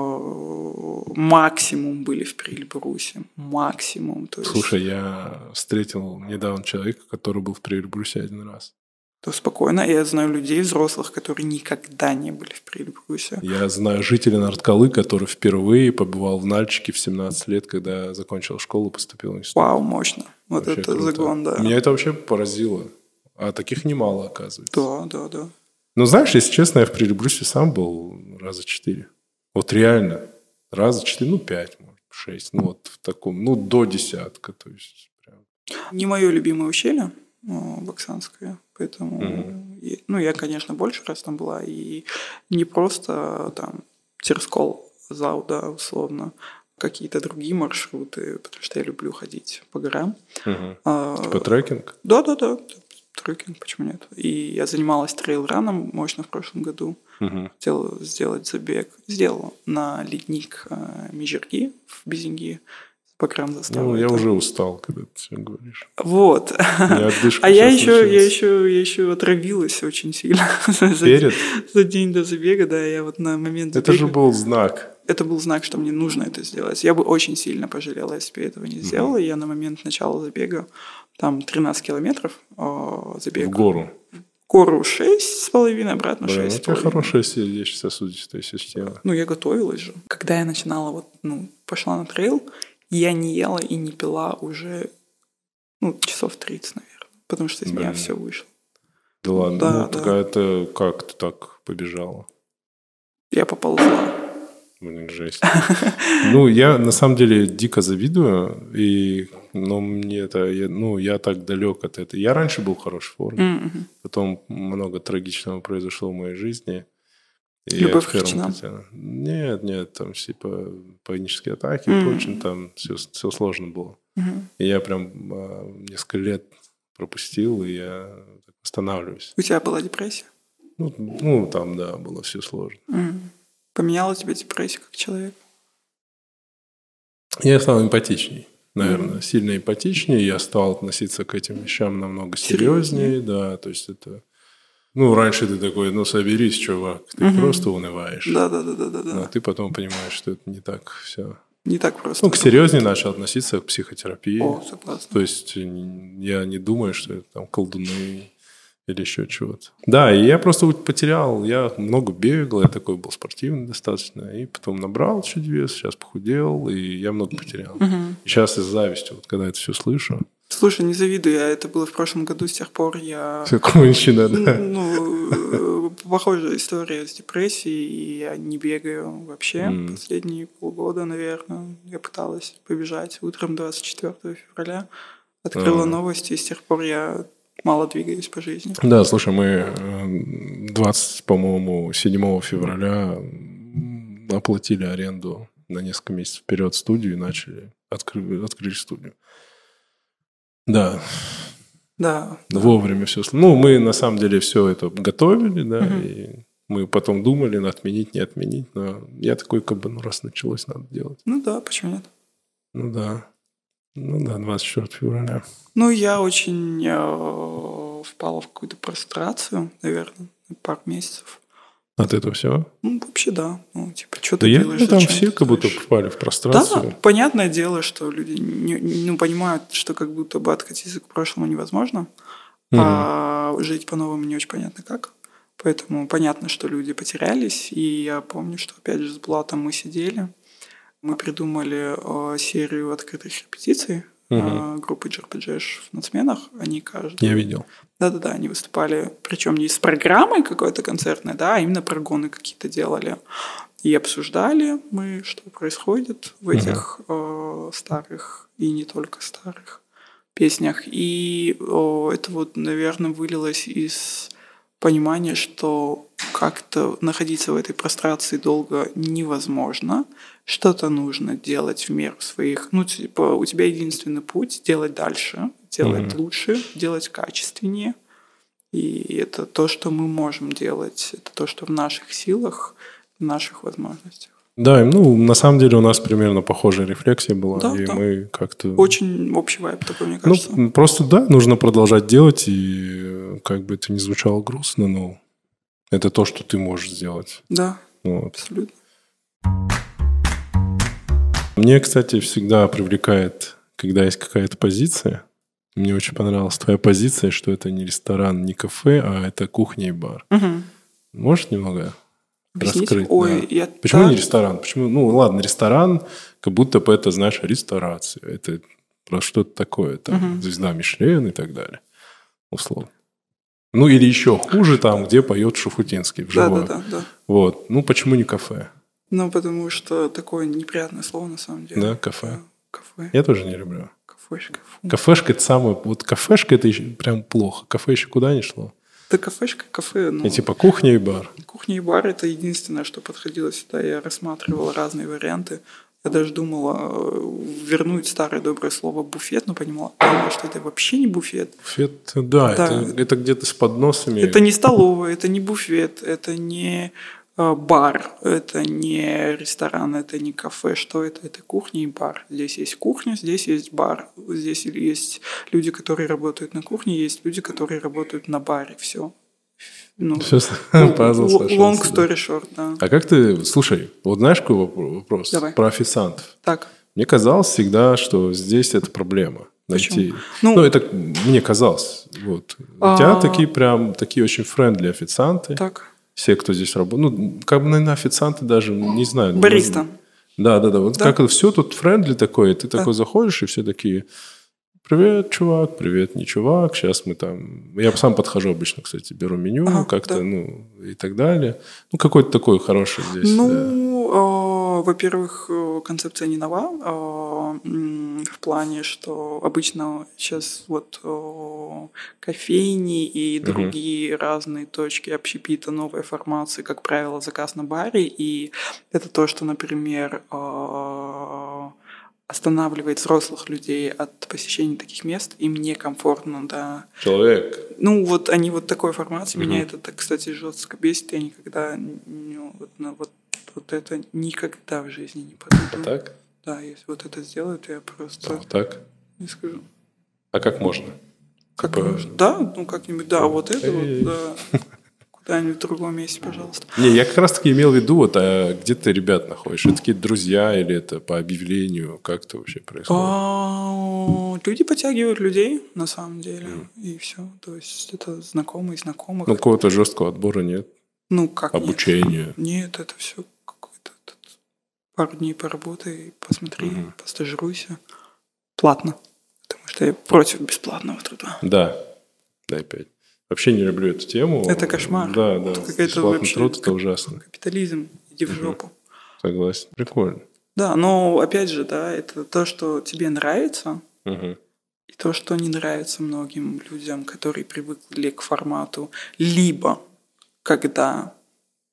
Speaker 2: э, максимум были в Прильбрусе. Максимум. То есть,
Speaker 1: Слушай, я встретил недавно человека, который был в Прибрусе один раз.
Speaker 2: то спокойно. Я знаю людей взрослых, которые никогда не были в Прильбрусе.
Speaker 1: Я знаю жителя Нарткалы, который впервые побывал в Нальчике в 17 лет, когда закончил школу, поступил в институт.
Speaker 2: Вау, мощно. Вот
Speaker 1: Вообще
Speaker 2: это
Speaker 1: круто.
Speaker 2: загон, да.
Speaker 1: Меня это вообще поразило. А таких немало, оказывается.
Speaker 2: Да, да, да.
Speaker 1: Ну, знаешь, если честно, я в Прилебрусе сам был раза четыре. Вот реально. Раза четыре, ну, пять, может, шесть. Ну, вот в таком, ну, до десятка. То есть, прям.
Speaker 2: Не мое любимое ущелье э, Баксанское, поэтому... и- ну, я, конечно, больше раз там была, и не просто а, там Терскол, Зауда, условно, а какие-то другие маршруты, потому что я люблю ходить по горам. А,
Speaker 1: Типа трекинг.
Speaker 2: Да-да-да, трекинг, почему нет? И я занималась трейл-раном мощно в прошлом году. Хотела сделать забег. Сделала на ледник э, Межерги в Безинги. По крам заставы.
Speaker 1: Ну, я
Speaker 2: Это-
Speaker 1: уже устал, когда ты все говоришь.
Speaker 2: Вот.
Speaker 1: У меня отдышка
Speaker 2: А я
Speaker 1: сейчас
Speaker 2: еще, я
Speaker 1: случилась.
Speaker 2: еще, я еще отравилась очень сильно за,
Speaker 1: Перед?
Speaker 2: за день до забега, да, я вот на момент
Speaker 1: Это же
Speaker 2: забега-
Speaker 1: был знак.
Speaker 2: это был знак, что мне нужно это сделать. Я бы очень сильно пожалела, если бы я этого не сделала. Я на момент начала забега, там 13 километров э,
Speaker 1: В
Speaker 2: забег,
Speaker 1: гору.
Speaker 2: гору 6,5, обратно
Speaker 1: Блин, ну, у
Speaker 2: 6,5.
Speaker 1: тебя хорошая сердечно-сосудистая система.
Speaker 2: Ну, я готовилась же. Когда я начинала, вот, ну, пошла на трейл, я не ела и не пила уже, ну, часов 30, наверное. Потому что из меня
Speaker 1: Блин.
Speaker 2: все вышло.
Speaker 1: Да ладно,
Speaker 2: Да,
Speaker 1: ну,
Speaker 2: да.
Speaker 1: так а это как ты так побежала?
Speaker 2: Я поползла.
Speaker 1: Блин, жесть. Ну, я на самом деле дико завидую, и, но мне это, я- ну, я так далек от этого. Я раньше был в хорошей форме,
Speaker 2: Мгм.
Speaker 1: потом много трагичного произошло в моей жизни. И
Speaker 2: Любовь
Speaker 1: я в
Speaker 2: к
Speaker 1: первом
Speaker 2: хренам?
Speaker 1: хотел- Нет, нет, там типа панические атаки,
Speaker 2: Мгм.
Speaker 1: прочее, там все, все сложно было.
Speaker 2: Мгм.
Speaker 1: И я прям а, несколько лет пропустил, и я останавливаюсь.
Speaker 2: У тебя была депрессия?
Speaker 1: Ну, ну, там, да, было все сложно.
Speaker 2: Мгм. Поменяла тебя депрессия как человек?
Speaker 1: Я стал эмпатичней. наверное, mm-hmm. сильно эмпатичнее. Я стал относиться к этим вещам намного серьезнее, серьезнее. да, то есть это... Ну, раньше ты такой, ну, соберись, чувак, ты угу. просто унываешь.
Speaker 2: Да-да-да-да-да.
Speaker 1: А ты потом понимаешь, что это не так все.
Speaker 2: Не так просто.
Speaker 1: Ну, к серьезнее начал относиться к психотерапии.
Speaker 2: О, согласна.
Speaker 1: То есть э, я не думаю, что это там колдуны или еще чего-то. Да, и я просто потерял, я много бегал, я такой был спортивный достаточно, и потом набрал чуть вес, сейчас похудел, и я много потерял. Угу. И сейчас из зависти, вот когда это все слышу,
Speaker 2: Слушай, не завидуй, а это было в прошлом году, с тех пор я...
Speaker 1: Все кончено, да?
Speaker 2: Ну, похожая история с депрессией, и я не бегаю вообще mm. последние полгода, наверное. Я пыталась побежать утром 24 февраля,
Speaker 1: А.
Speaker 2: открыла mm. новости, и с тех пор я мало двигаюсь по жизни.
Speaker 1: Да, слушай, мы 20, по-моему, 7 февраля оплатили аренду на несколько месяцев вперед студию и начали, откры, открыли студию. Да.
Speaker 2: Да.
Speaker 1: Вовремя все. Ну, мы на самом деле все это готовили, да, угу. и мы потом думали, отменить, не отменить, но я такой, как бы, ну, раз началось, надо делать.
Speaker 2: Ну да, почему нет?
Speaker 1: Ну да. Ну да, 24 февраля.
Speaker 2: Ну, я очень э, впала в какую-то прострацию, наверное, пару месяцев.
Speaker 1: От этого всего?
Speaker 2: Ну, вообще да. Ну, типа, что
Speaker 1: да
Speaker 2: ты
Speaker 1: я,
Speaker 2: делаешь?
Speaker 1: Ну, там все как будто впали в пространство.
Speaker 2: Да, понятное дело, что люди не, ну, понимают, что как будто бы откатиться к прошлому невозможно, mm-hmm. а жить по-новому не очень понятно как. Поэтому понятно, что люди потерялись. И я помню, что опять же с Блатом мы сидели. Мы придумали э, серию открытых репетиций mm-hmm. э, группы JRPG в нацменах. Они каждый...
Speaker 1: Я видел.
Speaker 2: Да-да-да, они выступали, причем не с программой какой-то концертной, да, а именно прогоны какие-то делали. И обсуждали мы, что происходит в этих uh-huh. э, старых и не только старых песнях. И о, это вот, наверное, вылилось из понимания, что как-то находиться в этой прострации долго невозможно. Что-то нужно делать в меру своих... Ну, типа, у тебя единственный путь — делать дальше, делать mm-hmm. лучше, делать качественнее. И это то, что мы можем делать, это то, что в наших силах, в наших возможностях.
Speaker 1: Да, ну, на самом деле у нас примерно похожая рефлексия была, да, и да. мы как-то...
Speaker 2: Очень общий вайб такой, мне кажется.
Speaker 1: Ну, просто да, нужно продолжать делать, и э, как бы это ни звучало грустно, но это то, что ты можешь сделать.
Speaker 2: Да,
Speaker 1: вот.
Speaker 2: абсолютно.
Speaker 1: Мне, кстати, всегда привлекает, когда есть какая-то позиция, мне очень понравилась твоя позиция, что это не ресторан, не кафе, а это кухня и бар.
Speaker 2: Угу.
Speaker 1: Можешь немного
Speaker 2: Объяснить?
Speaker 1: раскрыть?
Speaker 2: Ой,
Speaker 1: да.
Speaker 2: я
Speaker 1: Почему
Speaker 2: так...
Speaker 1: не ресторан? Почему? Ну, ладно, ресторан, как будто бы это, знаешь, ресторация. Это про что-то такое, там,
Speaker 2: Мгм.
Speaker 1: звезда Мишлен и так далее, условно. Ну, или еще хуже, там, где поет Шуфутинский вживую.
Speaker 2: Да-да-да.
Speaker 1: Вот. Ну, почему не кафе?
Speaker 2: Ну, потому что такое неприятное слово, на самом деле.
Speaker 1: Да, кафе.
Speaker 2: Кафе.
Speaker 1: Я тоже не люблю.
Speaker 2: Кафешка. фу.
Speaker 1: Кафешка это самое... Вот кафешка это еще прям плохо. Кафе еще куда не шло.
Speaker 2: Да кафешка, кафе, ну,
Speaker 1: И типа кухня и бар.
Speaker 2: кухня и бар – это единственное, что подходило сюда. Я рассматривал разные варианты. Я даже думала э, вернуть старое доброе слово «буфет», но понимала, поняла, что это вообще не буфет.
Speaker 1: Буфет, да,
Speaker 2: Да.
Speaker 1: Это, это где-то с подносами.
Speaker 2: Это не столовая, это не буфет, это не э, бар, это не ресторан, это не кафе. Что это? Это кухня и бар. Здесь есть кухня, здесь есть бар. Здесь есть люди, которые работают на кухне, есть люди, которые работают на баре. Все. Ну,
Speaker 1: Всё, пазл
Speaker 2: л- long
Speaker 1: сошелся, да.
Speaker 2: story short, да.
Speaker 1: А как ты, слушай, вот знаешь какой воп- вопрос
Speaker 2: Давай.
Speaker 1: про официантов?
Speaker 2: Так.
Speaker 1: Мне казалось всегда, что здесь это проблема.
Speaker 2: Почему?
Speaker 1: Найти.
Speaker 2: Ну-
Speaker 1: Ну, это мне казалось. Вот. У
Speaker 2: А.
Speaker 1: тебя такие прям, такие очень френдли официанты.
Speaker 2: Так.
Speaker 1: Все, кто здесь работает. Ну, как бы, наверное, официанты даже, не знаю.
Speaker 2: Бариста.
Speaker 1: Да, да, да. Вот
Speaker 2: Да.
Speaker 1: как это все тут френдли такое, и ты такой заходишь, и все такие. Привет, чувак, привет, не чувак. Сейчас мы там. Я сам подхожу обычно, кстати, беру меню,
Speaker 2: Ага,
Speaker 1: как-то,
Speaker 2: да.
Speaker 1: ну, и так далее. Ну, какой-то такой хороший здесь. да.
Speaker 2: Ну, э, во-первых, э, концепция не нова э, м, в плане, что обычно сейчас вот э, кофейни и другие разные точки общепита новой формации, как правило, заказ на баре, и это то, что, например, э, останавливает взрослых людей от посещения таких мест, им некомфортно, да,
Speaker 1: Человек.
Speaker 2: ну, вот они вот такой формат. Меня это, так, кстати, жестко бесит. Я никогда... н- ну, вот, на- вот, вот это никогда в жизни не подумала.
Speaker 1: Так?
Speaker 2: Да, если вот это сделают, я просто
Speaker 1: Вот так?
Speaker 2: не скажу.
Speaker 1: А как можно?
Speaker 2: Как
Speaker 1: Типа-
Speaker 2: можно? Да, ну как-нибудь, да, вот это
Speaker 1: Эй.
Speaker 2: вот, да. Куда-нибудь в другом месте, пожалуйста.
Speaker 1: Не, я как раз-таки имел в виду, вот, а где ты ребят находишь? Это какие-то друзья или это по объявлению? Как это вообще происходит?
Speaker 2: А, Люди подтягивают людей, на самом деле, и все. То есть это знакомые знакомых.
Speaker 1: Ну, какого-то жесткого отбора нет,
Speaker 2: Ну, как нет?
Speaker 1: обучения.
Speaker 2: Нет, это все какой-то тут пару дней поработай, посмотри, постажируйся. Платно. Потому что я против бесплатного труда.
Speaker 1: Да, да, опять. Вообще не люблю эту тему.
Speaker 2: Это кошмар.
Speaker 1: Да, да.
Speaker 2: Это какая-то
Speaker 1: Бесплатный
Speaker 2: вообще-
Speaker 1: труд – это ужасно.
Speaker 2: Капитализм, иди в жопу.
Speaker 1: Согласен. Прикольно.
Speaker 2: Да, но опять же, да, это то, что тебе нравится,
Speaker 1: Мгм.
Speaker 2: и то, что не нравится многим людям, которые привыкли к формату либо когда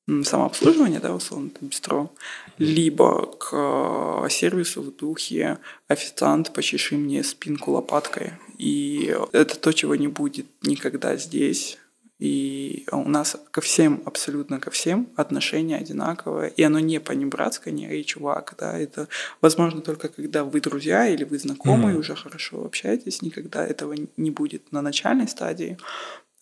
Speaker 2: м, самообслуживание, да, условно, там, бистро, либо к э, сервису в духе официант, почеши мне спинку лопаткой. И это то, чего не будет никогда здесь. И у нас ко всем, абсолютно ко всем отношение одинаковое. И оно не понебратское, не «эй, чувак», да, это возможно только когда вы друзья или вы знакомые,
Speaker 1: Мгм.
Speaker 2: уже хорошо общаетесь, никогда этого не будет на начальной стадии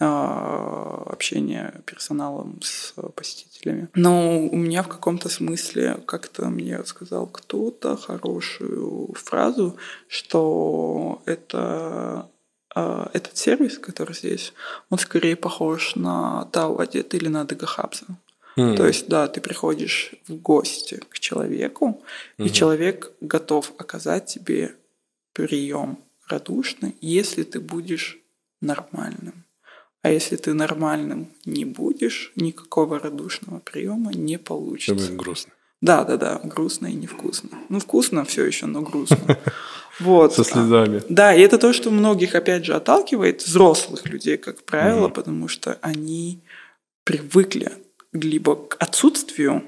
Speaker 2: а, общения персоналом с посетителями. Но у меня в каком-то смысле как-то мне сказал кто-то хорошую фразу, что это а, этот сервис, который здесь, он скорее похож на Тауадет или на Дагахабса.
Speaker 1: М.
Speaker 2: То есть, да, ты приходишь в гости к человеку, и
Speaker 1: Мгм.
Speaker 2: человек готов оказать тебе прием радушный, если ты будешь нормальным. А если ты нормальным не будешь, никакого радушного приема не
Speaker 1: Это
Speaker 2: получится.
Speaker 1: будет грустно.
Speaker 2: Да, да, да, грустно и невкусно. Ну, вкусно все еще, но грустно. Вот. А,
Speaker 1: Со слезами.
Speaker 2: Да, и это то, что многих, опять же, отталкивает, взрослых людей, как правило, потому что они привыкли либо к отсутствию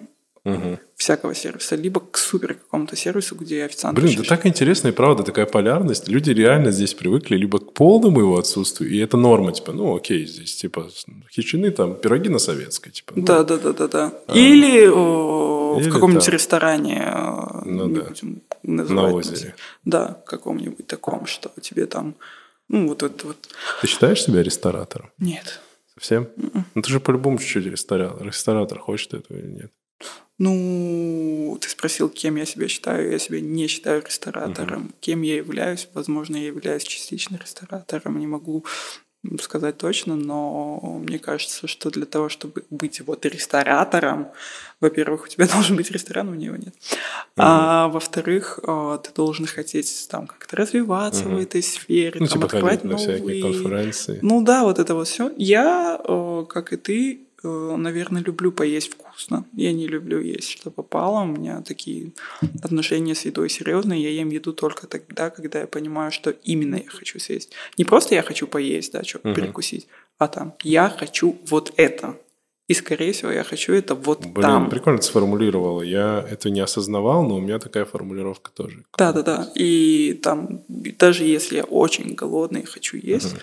Speaker 1: Мгм.
Speaker 2: всякого сервиса, либо к супер какому-то сервису, где официант...
Speaker 1: Блин,
Speaker 2: очень-
Speaker 1: да так интересно и правда такая полярность. Люди реально здесь привыкли либо к полному его отсутствию, и это норма, типа, ну окей, здесь типа хичины, там пироги на советской, типа. ну,
Speaker 2: Да, да, да, да, да. Или, о,
Speaker 1: Или
Speaker 2: в каком-нибудь
Speaker 1: там.
Speaker 2: ресторане, э,
Speaker 1: Ну
Speaker 2: не
Speaker 1: да.
Speaker 2: будем называть.
Speaker 1: На озере.
Speaker 2: Да, каком-нибудь таком, что тебе там, ну вот это вот.
Speaker 1: Ты считаешь себя ресторатором?
Speaker 2: Нет.
Speaker 1: Совсем?
Speaker 2: М-м.
Speaker 1: Ну ты же по-любому чуть-чуть ресторатор. Ресторатор хочешь ты этого или нет?
Speaker 2: Ну, ты спросил, кем я себя считаю. Я себя не считаю ресторатором. Кем я являюсь? Возможно, я являюсь частично ресторатором. Не могу м, сказать точно, но мне кажется, что для того, чтобы быть вот ресторатором, во-первых, у тебя должен быть ресторан, у него нет. А во-вторых, э, ты должен хотеть там как-то развиваться в
Speaker 1: Мгм.
Speaker 2: этой сфере,
Speaker 1: Ну,
Speaker 2: там,
Speaker 1: типа
Speaker 2: открывать
Speaker 1: ходить на всякие
Speaker 2: новые
Speaker 1: конференции.
Speaker 2: ну да, вот это вот все. Я, э, как и ты, э, наверное, люблю поесть вкусно. Я не люблю есть, что попало. У меня такие отношения с едой серьезные. Я ем еду только тогда, когда я понимаю, что именно я хочу съесть. Не просто я хочу поесть, да, что
Speaker 1: Мгм.
Speaker 2: перекусить, а там я хочу вот это. И, скорее всего, я хочу это вот
Speaker 1: Блин,
Speaker 2: там.
Speaker 1: прикольно ты сформулировала. Я это не осознавал, но у меня такая формулировка тоже.
Speaker 2: Да, да, да. И там, даже если я очень голодный и хочу есть,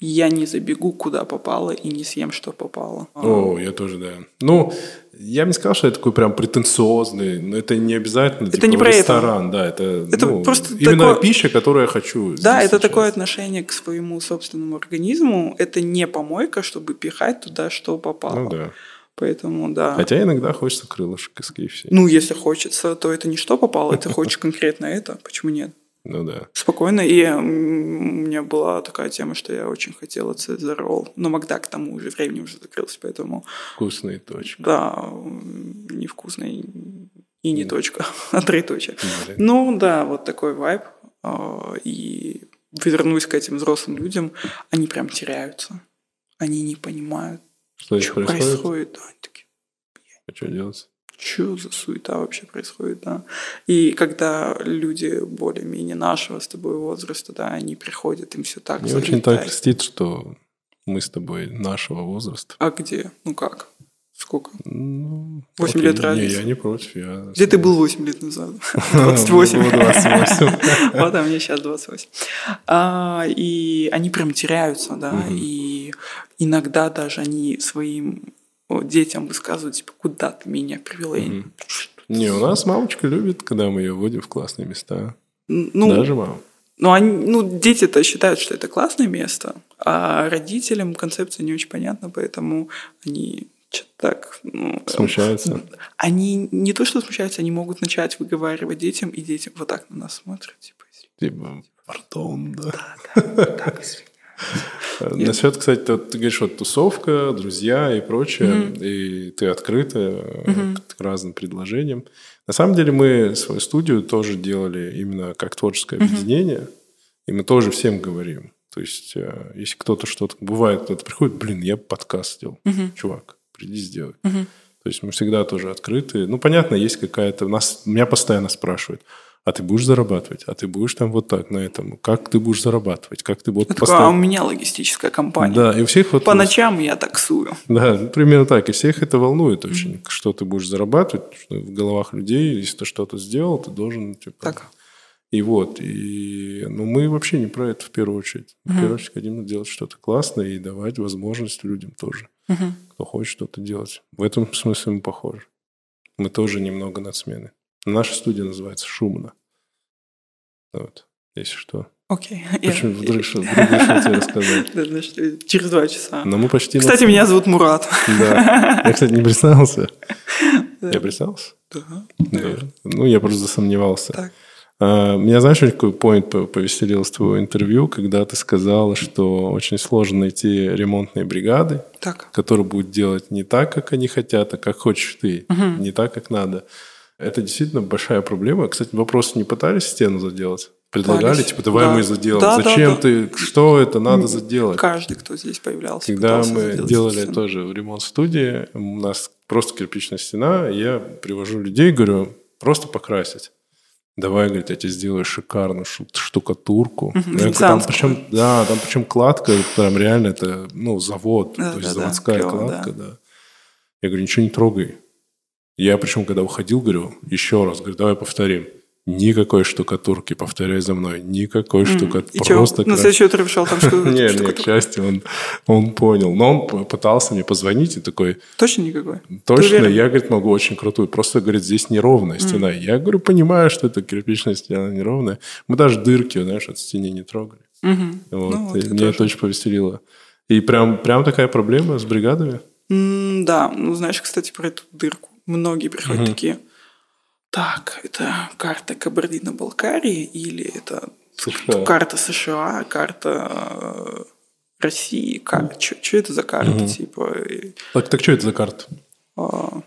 Speaker 2: я не забегу куда попало и не съем, что попало.
Speaker 1: О, я тоже, да. Ну, я бы не сказал, что я такой прям претенциозный, но это не обязательно.
Speaker 2: Это
Speaker 1: типа,
Speaker 2: не про это.
Speaker 1: ресторан, да, это,
Speaker 2: Это
Speaker 1: ну,
Speaker 2: просто
Speaker 1: именно
Speaker 2: такое-
Speaker 1: пища, которую я хочу.
Speaker 2: Да,
Speaker 1: здесь
Speaker 2: это
Speaker 1: сейчас.
Speaker 2: такое отношение к своему собственному организму. Это не помойка, чтобы пихать туда, что попало.
Speaker 1: Ну да. А
Speaker 2: Поэтому, да.
Speaker 1: Хотя иногда хочется крылышек из KFC.
Speaker 2: Ну, если хочется, то это не что попало, это хочешь конкретно это. Почему нет?
Speaker 1: Ну да.
Speaker 2: Спокойно. И м, у меня была такая тема, что я очень хотела Цезарь Ролл. Но Макдак к тому же времени уже закрылся, поэтому,
Speaker 1: Вкусные точки.
Speaker 2: да, м, невкусный и не
Speaker 1: Мгм.
Speaker 2: точка, а три точки.
Speaker 1: Блин.
Speaker 2: Ну да, вот такой вайб. А, И вернусь к этим взрослым людям, они прям теряются. Они не понимают,
Speaker 1: Что здесь
Speaker 2: что
Speaker 1: происходит?
Speaker 2: происходит. Да, они такие,
Speaker 1: А что делать?
Speaker 2: что за суета вообще происходит, да. И когда люди более-менее нашего с тобой возраста, да, они приходят, им все так
Speaker 1: Мне очень так
Speaker 2: залетает.
Speaker 1: льстит, что мы с тобой нашего возраста.
Speaker 2: А где? Ну как? Сколько?
Speaker 1: Ну,
Speaker 2: Восемь
Speaker 1: окей.
Speaker 2: лет разницы.
Speaker 1: Не, я не против. Я...
Speaker 2: Где ты был 8 лет назад?
Speaker 1: Мне
Speaker 2: 28.
Speaker 1: было 28.
Speaker 2: Вот, а мне сейчас 28. А, и они прям теряются, да,
Speaker 1: Мгм.
Speaker 2: и иногда даже они своим о, детям высказывают, типа, куда ты меня привела? Я не-
Speaker 1: Мгм.
Speaker 2: Что
Speaker 1: Не, у нас мамочка любит, когда мы ее вводим в классные места.
Speaker 2: Ну,
Speaker 1: Даже мама.
Speaker 2: ну, они, ну, дети-то считают, что это классное место, а родителям концепция не очень понятна, поэтому они чё-то так... ну, эм,
Speaker 1: Смущается.
Speaker 2: Они не то что смущаются, они могут начать выговаривать детям, и дети вот так на нас смотрят, типа, «Извини,
Speaker 1: Типа, пардон, да.
Speaker 2: так, извини».
Speaker 1: Насчет, кстати, вот ты говоришь, вот тусовка, друзья и прочее, и ты открыта э, к разным предложениям. На самом деле мы свою студию тоже делали именно как творческое объединение, и мы тоже всем говорим. То есть, э, если кто-то что-то... Бывает, кто-то приходит, блин, я подкаст сделал. Чувак, приди сделай. То есть мы всегда тоже открыты. Ну, понятно, есть какая-то... Нас, меня постоянно спрашивают, а ты будешь зарабатывать? А ты будешь там вот так на этом? Как ты будешь зарабатывать? Как ты будешь
Speaker 2: Я такой, а у меня логистическая компания.
Speaker 1: да, и у всех вот...
Speaker 2: По ночам я таксую.
Speaker 1: Да, ну, примерно так. И всех это волнует очень, что ты будешь зарабатывать. потому что в головах людей, если ты что-то сделал, ты должен, типа...
Speaker 2: Так.
Speaker 1: И вот. И, ну, мы вообще не про это в первую очередь. В первую очередь хотим делать что-то классное и давать возможность людям тоже, кто хочет что-то делать. В этом смысле мы похожи. Мы тоже немного надсмены. Наша студия называется «Шумно». Вот, если что.
Speaker 2: Окей. я-
Speaker 1: Почему вдруг что- вдруг решил тебе рассказать?
Speaker 2: Да, значит, Через два часа.
Speaker 1: Но мы почти...
Speaker 2: Кстати, меня зовут Мурат.
Speaker 1: Да. Я, кстати, не признался.
Speaker 2: Да.
Speaker 1: Я признался?
Speaker 2: Да.
Speaker 1: Да. Ну, я просто засомневался.
Speaker 2: Так.
Speaker 1: А, Меня, знаешь, очень какой поинт по- повеселил с твоего интервью, когда ты сказала, что очень сложно найти ремонтные бригады,
Speaker 2: Так.
Speaker 1: которые будут делать не так, как они хотят, а как хочешь ты, не так, как надо. Это действительно большая проблема. Кстати, вопрос не пытались стену заделать? Предлагали,
Speaker 2: Пытались.
Speaker 1: типа, давай
Speaker 2: Да.
Speaker 1: мы заделаем.
Speaker 2: Да, да,
Speaker 1: Зачем
Speaker 2: да.
Speaker 1: ты? Что это надо заделать?
Speaker 2: Каждый, кто здесь появлялся,
Speaker 1: Когда
Speaker 2: пытался
Speaker 1: мы
Speaker 2: сделать
Speaker 1: делали
Speaker 2: это.
Speaker 1: тоже ремонт студии, у нас просто кирпичная стена, и я привожу людей, говорю, просто покрасить. Давай, говорит, я тебе сделаю шикарную шу- штукатурку. Я говорю, там
Speaker 2: венецианскую.
Speaker 1: причем, да, там причем кладка, там реально это, ну, завод,
Speaker 2: Да,
Speaker 1: то есть
Speaker 2: да, да,
Speaker 1: заводская
Speaker 2: клево,
Speaker 1: кладка, да. Я говорю, ничего не трогай. Я причем, когда уходил, говорю, еще раз, говорю, давай повторим. Никакой штукатурки, повторяй за мной, никакой штукатурки.
Speaker 2: И чё, Ну, на следующий утро пришел там что
Speaker 1: Не, не, к
Speaker 2: штукатурка?
Speaker 1: счастью, он, он понял. Но он п- пытался мне позвонить и такой,
Speaker 2: Точно никакой? Ты
Speaker 1: точно,
Speaker 2: уверен?
Speaker 1: я, говорит, могу очень крутую. Просто, говорит, здесь неровная стена. Я говорю, понимаю, что это кирпичная стена неровная. Мы даже дырки, знаешь, от стены не трогали. Вот,
Speaker 2: Ну, вот
Speaker 1: и
Speaker 2: я
Speaker 1: меня это очень повеселило. И прям, прям такая проблема с бригадами.
Speaker 2: М, Да, ну знаешь, кстати, про эту дырку. Многие приходят такие, так, это карта Кабардино-Балкарии или это
Speaker 1: США.
Speaker 2: карта США, карта э, России, что это за карта, типа... и,
Speaker 1: Так, так что это за карта?
Speaker 2: а,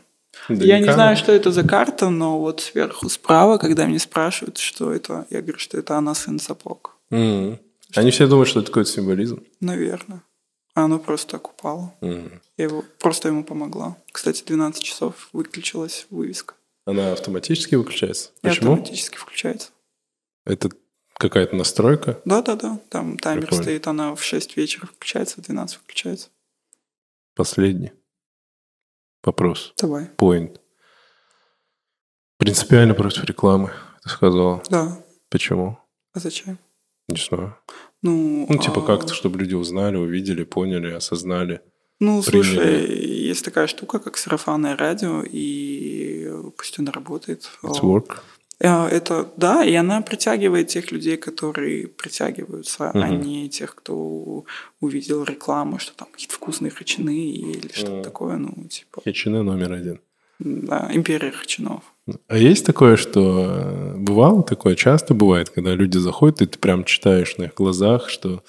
Speaker 1: Наверняка.
Speaker 2: Я не знаю, что это за карта, но вот сверху справа, когда меня спрашивают, что это, я говорю, что это она сын сапог.
Speaker 1: М. Они все думают, что это какой-то символизм.
Speaker 2: Наверное. А оно просто так упало.
Speaker 1: М.
Speaker 2: Я его, просто ему помогла. Кстати, 12 часов выключилась вывеска.
Speaker 1: Она автоматически выключается.
Speaker 2: И
Speaker 1: Почему?
Speaker 2: автоматически включается.
Speaker 1: Это какая-то настройка.
Speaker 2: Да-да-да. Там таймер
Speaker 1: Прикольно.
Speaker 2: стоит, она в 6 вечера включается, в 12 включается.
Speaker 1: Последний вопрос.
Speaker 2: Давай.
Speaker 1: Point. Принципиально против рекламы, ты сказала.
Speaker 2: Да.
Speaker 1: Почему?
Speaker 2: А зачем?
Speaker 1: Не знаю.
Speaker 2: Ну,
Speaker 1: Ну, типа
Speaker 2: а,
Speaker 1: как-то, чтобы люди узнали, увидели, поняли, осознали.
Speaker 2: Ну,
Speaker 1: приняли.
Speaker 2: слушай, есть такая штука, как сарафанное радио, и э, пусть она работает.
Speaker 1: It's
Speaker 2: О,
Speaker 1: work.
Speaker 2: Э, Это да, и она притягивает тех людей, которые притягиваются, а не тех, кто увидел рекламу, что там какие-то вкусные хачины или что-то такое, ну, типа,
Speaker 1: Хичина номер один.
Speaker 2: да, империя хачинов.
Speaker 1: А есть такое, что э, бывало такое, часто бывает, когда люди заходят, и ты прям читаешь на их глазах, что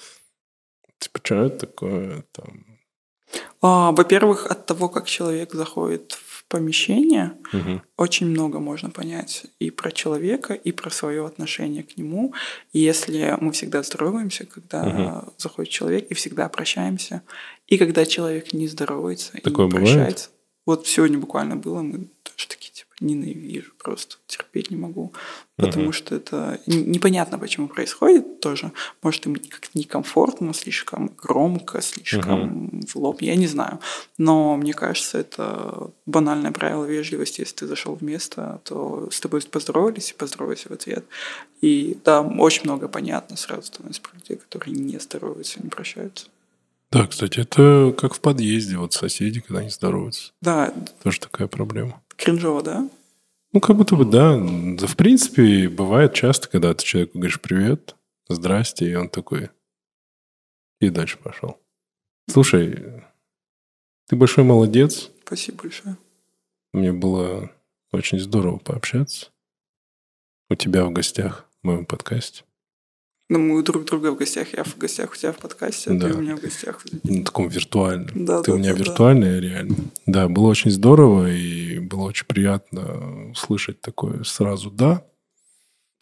Speaker 1: типа, что это такое там.
Speaker 2: А, во-первых, от того, как человек заходит в помещение,
Speaker 1: Мгм.
Speaker 2: очень много можно понять и про человека, и про свое отношение к нему. И если мы всегда здороваемся, когда заходит человек, и всегда прощаемся, и когда человек не здоровается
Speaker 1: Такое
Speaker 2: и не
Speaker 1: бывает?
Speaker 2: прощается. Вот сегодня буквально было, мы тоже такие, типа, ненавижу, просто терпеть не могу, потому что это н- непонятно, почему происходит тоже. Может, им как-то некомфортно, слишком громко, слишком в лоб, я не знаю. Но мне кажется, это банальное правило вежливости. Если ты зашел в место, то с тобой поздоровались и поздоровайся в ответ. И там очень много понятно сразу становится про людей, которые не здороваются, не прощаются.
Speaker 1: Да, кстати, это как в подъезде, вот соседи, когда они здороваются.
Speaker 2: Да,
Speaker 1: Тоже такая проблема.
Speaker 2: кринжово, да?
Speaker 1: Ну, как будто бы, да. Да, В принципе, бывает часто, когда ты человеку говоришь «привет», «здрасте», и он такой... И дальше пошел. Слушай, ты большой молодец.
Speaker 2: Спасибо большое.
Speaker 1: Мне было очень здорово пообщаться у тебя в гостях в моем подкасте.
Speaker 2: Ну, мы друг у друга в гостях, я в гостях у тебя в подкасте, а
Speaker 1: Да.
Speaker 2: ты у меня в гостях.
Speaker 1: На таком виртуальном.
Speaker 2: Да,
Speaker 1: ты
Speaker 2: да,
Speaker 1: у меня
Speaker 2: да, да.
Speaker 1: виртуальная, реально. Да, было очень здорово, и было очень приятно услышать такое сразу «да»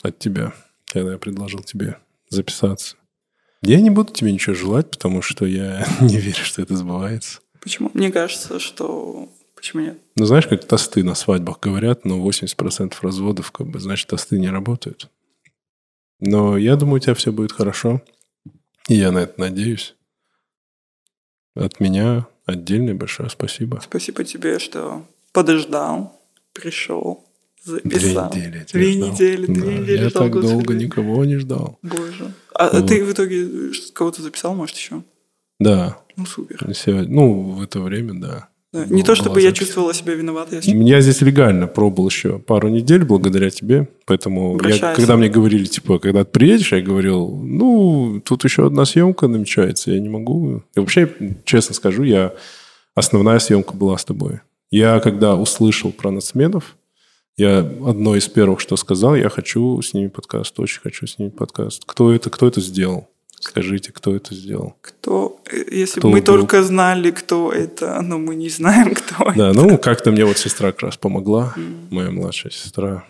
Speaker 1: от тебя, когда я предложил тебе записаться. Я не буду тебе ничего желать, потому что я не верю, что это сбывается.
Speaker 2: Почему? Мне кажется, что... Почему нет?
Speaker 1: Ну, знаешь, как тосты на свадьбах говорят, но 80% разводов, как бы, значит, тосты не работают. Но я думаю, у тебя все будет хорошо. И я на это надеюсь. От меня отдельное большое спасибо.
Speaker 2: Спасибо тебе, что подождал, пришел,
Speaker 1: Две
Speaker 2: записал.
Speaker 1: недели. я тебя
Speaker 2: Две
Speaker 1: ждал.
Speaker 2: недели, две
Speaker 1: Да,
Speaker 2: недели
Speaker 1: Я
Speaker 2: ждал,
Speaker 1: так
Speaker 2: господи.
Speaker 1: долго никого не ждал.
Speaker 2: Боже. А,
Speaker 1: Ну.
Speaker 2: а ты в итоге ш- кого-то записал, может, еще?
Speaker 1: Да,
Speaker 2: Ну, супер.
Speaker 1: сегодня, ну, в это время, да.
Speaker 2: Да. Ну, Не то, чтобы
Speaker 1: Была
Speaker 2: я
Speaker 1: запись.
Speaker 2: чувствовала себя виноватой, а если
Speaker 1: Я здесь легально пробыл еще пару недель благодаря тебе, поэтому я-
Speaker 2: Обращайся.
Speaker 1: когда мне говорили, типа, когда ты приедешь, я говорил, ну, тут еще одна съемка намечается, я не могу. И вообще, честно скажу, я основная съемка была с тобой. Я когда услышал про нацменов, я одно из первых, что сказал, я хочу с ними подкаст, очень хочу с ними подкаст. Кто это, кто это сделал? Скажите, кто это сделал?
Speaker 2: кто... э, Если
Speaker 1: Кто
Speaker 2: бы мы
Speaker 1: был?
Speaker 2: только знали, кто это, но мы не знаем, кто это.
Speaker 1: Да, ну как-то мне вот сестра как раз помогла, моя младшая сестра.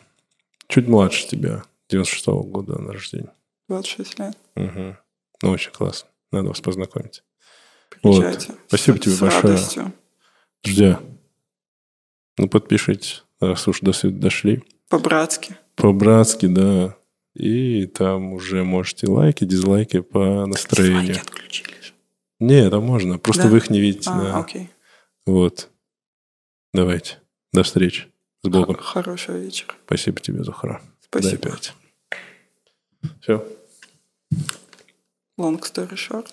Speaker 1: Чуть младше тебя, 96-го года на рождение.
Speaker 2: 26 лет.
Speaker 1: Мгм. Ну, очень классно. Надо вас познакомить.
Speaker 2: Приезжайте.
Speaker 1: Спасибо тебе
Speaker 2: С
Speaker 1: большое.
Speaker 2: радостью.
Speaker 1: Ждя. Ну, подпишитесь, раз уж до сюда дошли.
Speaker 2: По-братски.
Speaker 1: По-братски, да. И там уже можете лайки, дизлайки по настроению.
Speaker 2: Дизлайки отключили же.
Speaker 1: Не, там можно. Просто
Speaker 2: Да?
Speaker 1: вы их не видите. да.
Speaker 2: А, окей.
Speaker 1: Вот. Давайте. До встречи. С Богом.
Speaker 2: Х- Хорошего вечера.
Speaker 1: Спасибо тебе, Зухара.
Speaker 2: Спасибо.
Speaker 1: Все.
Speaker 2: Long story short.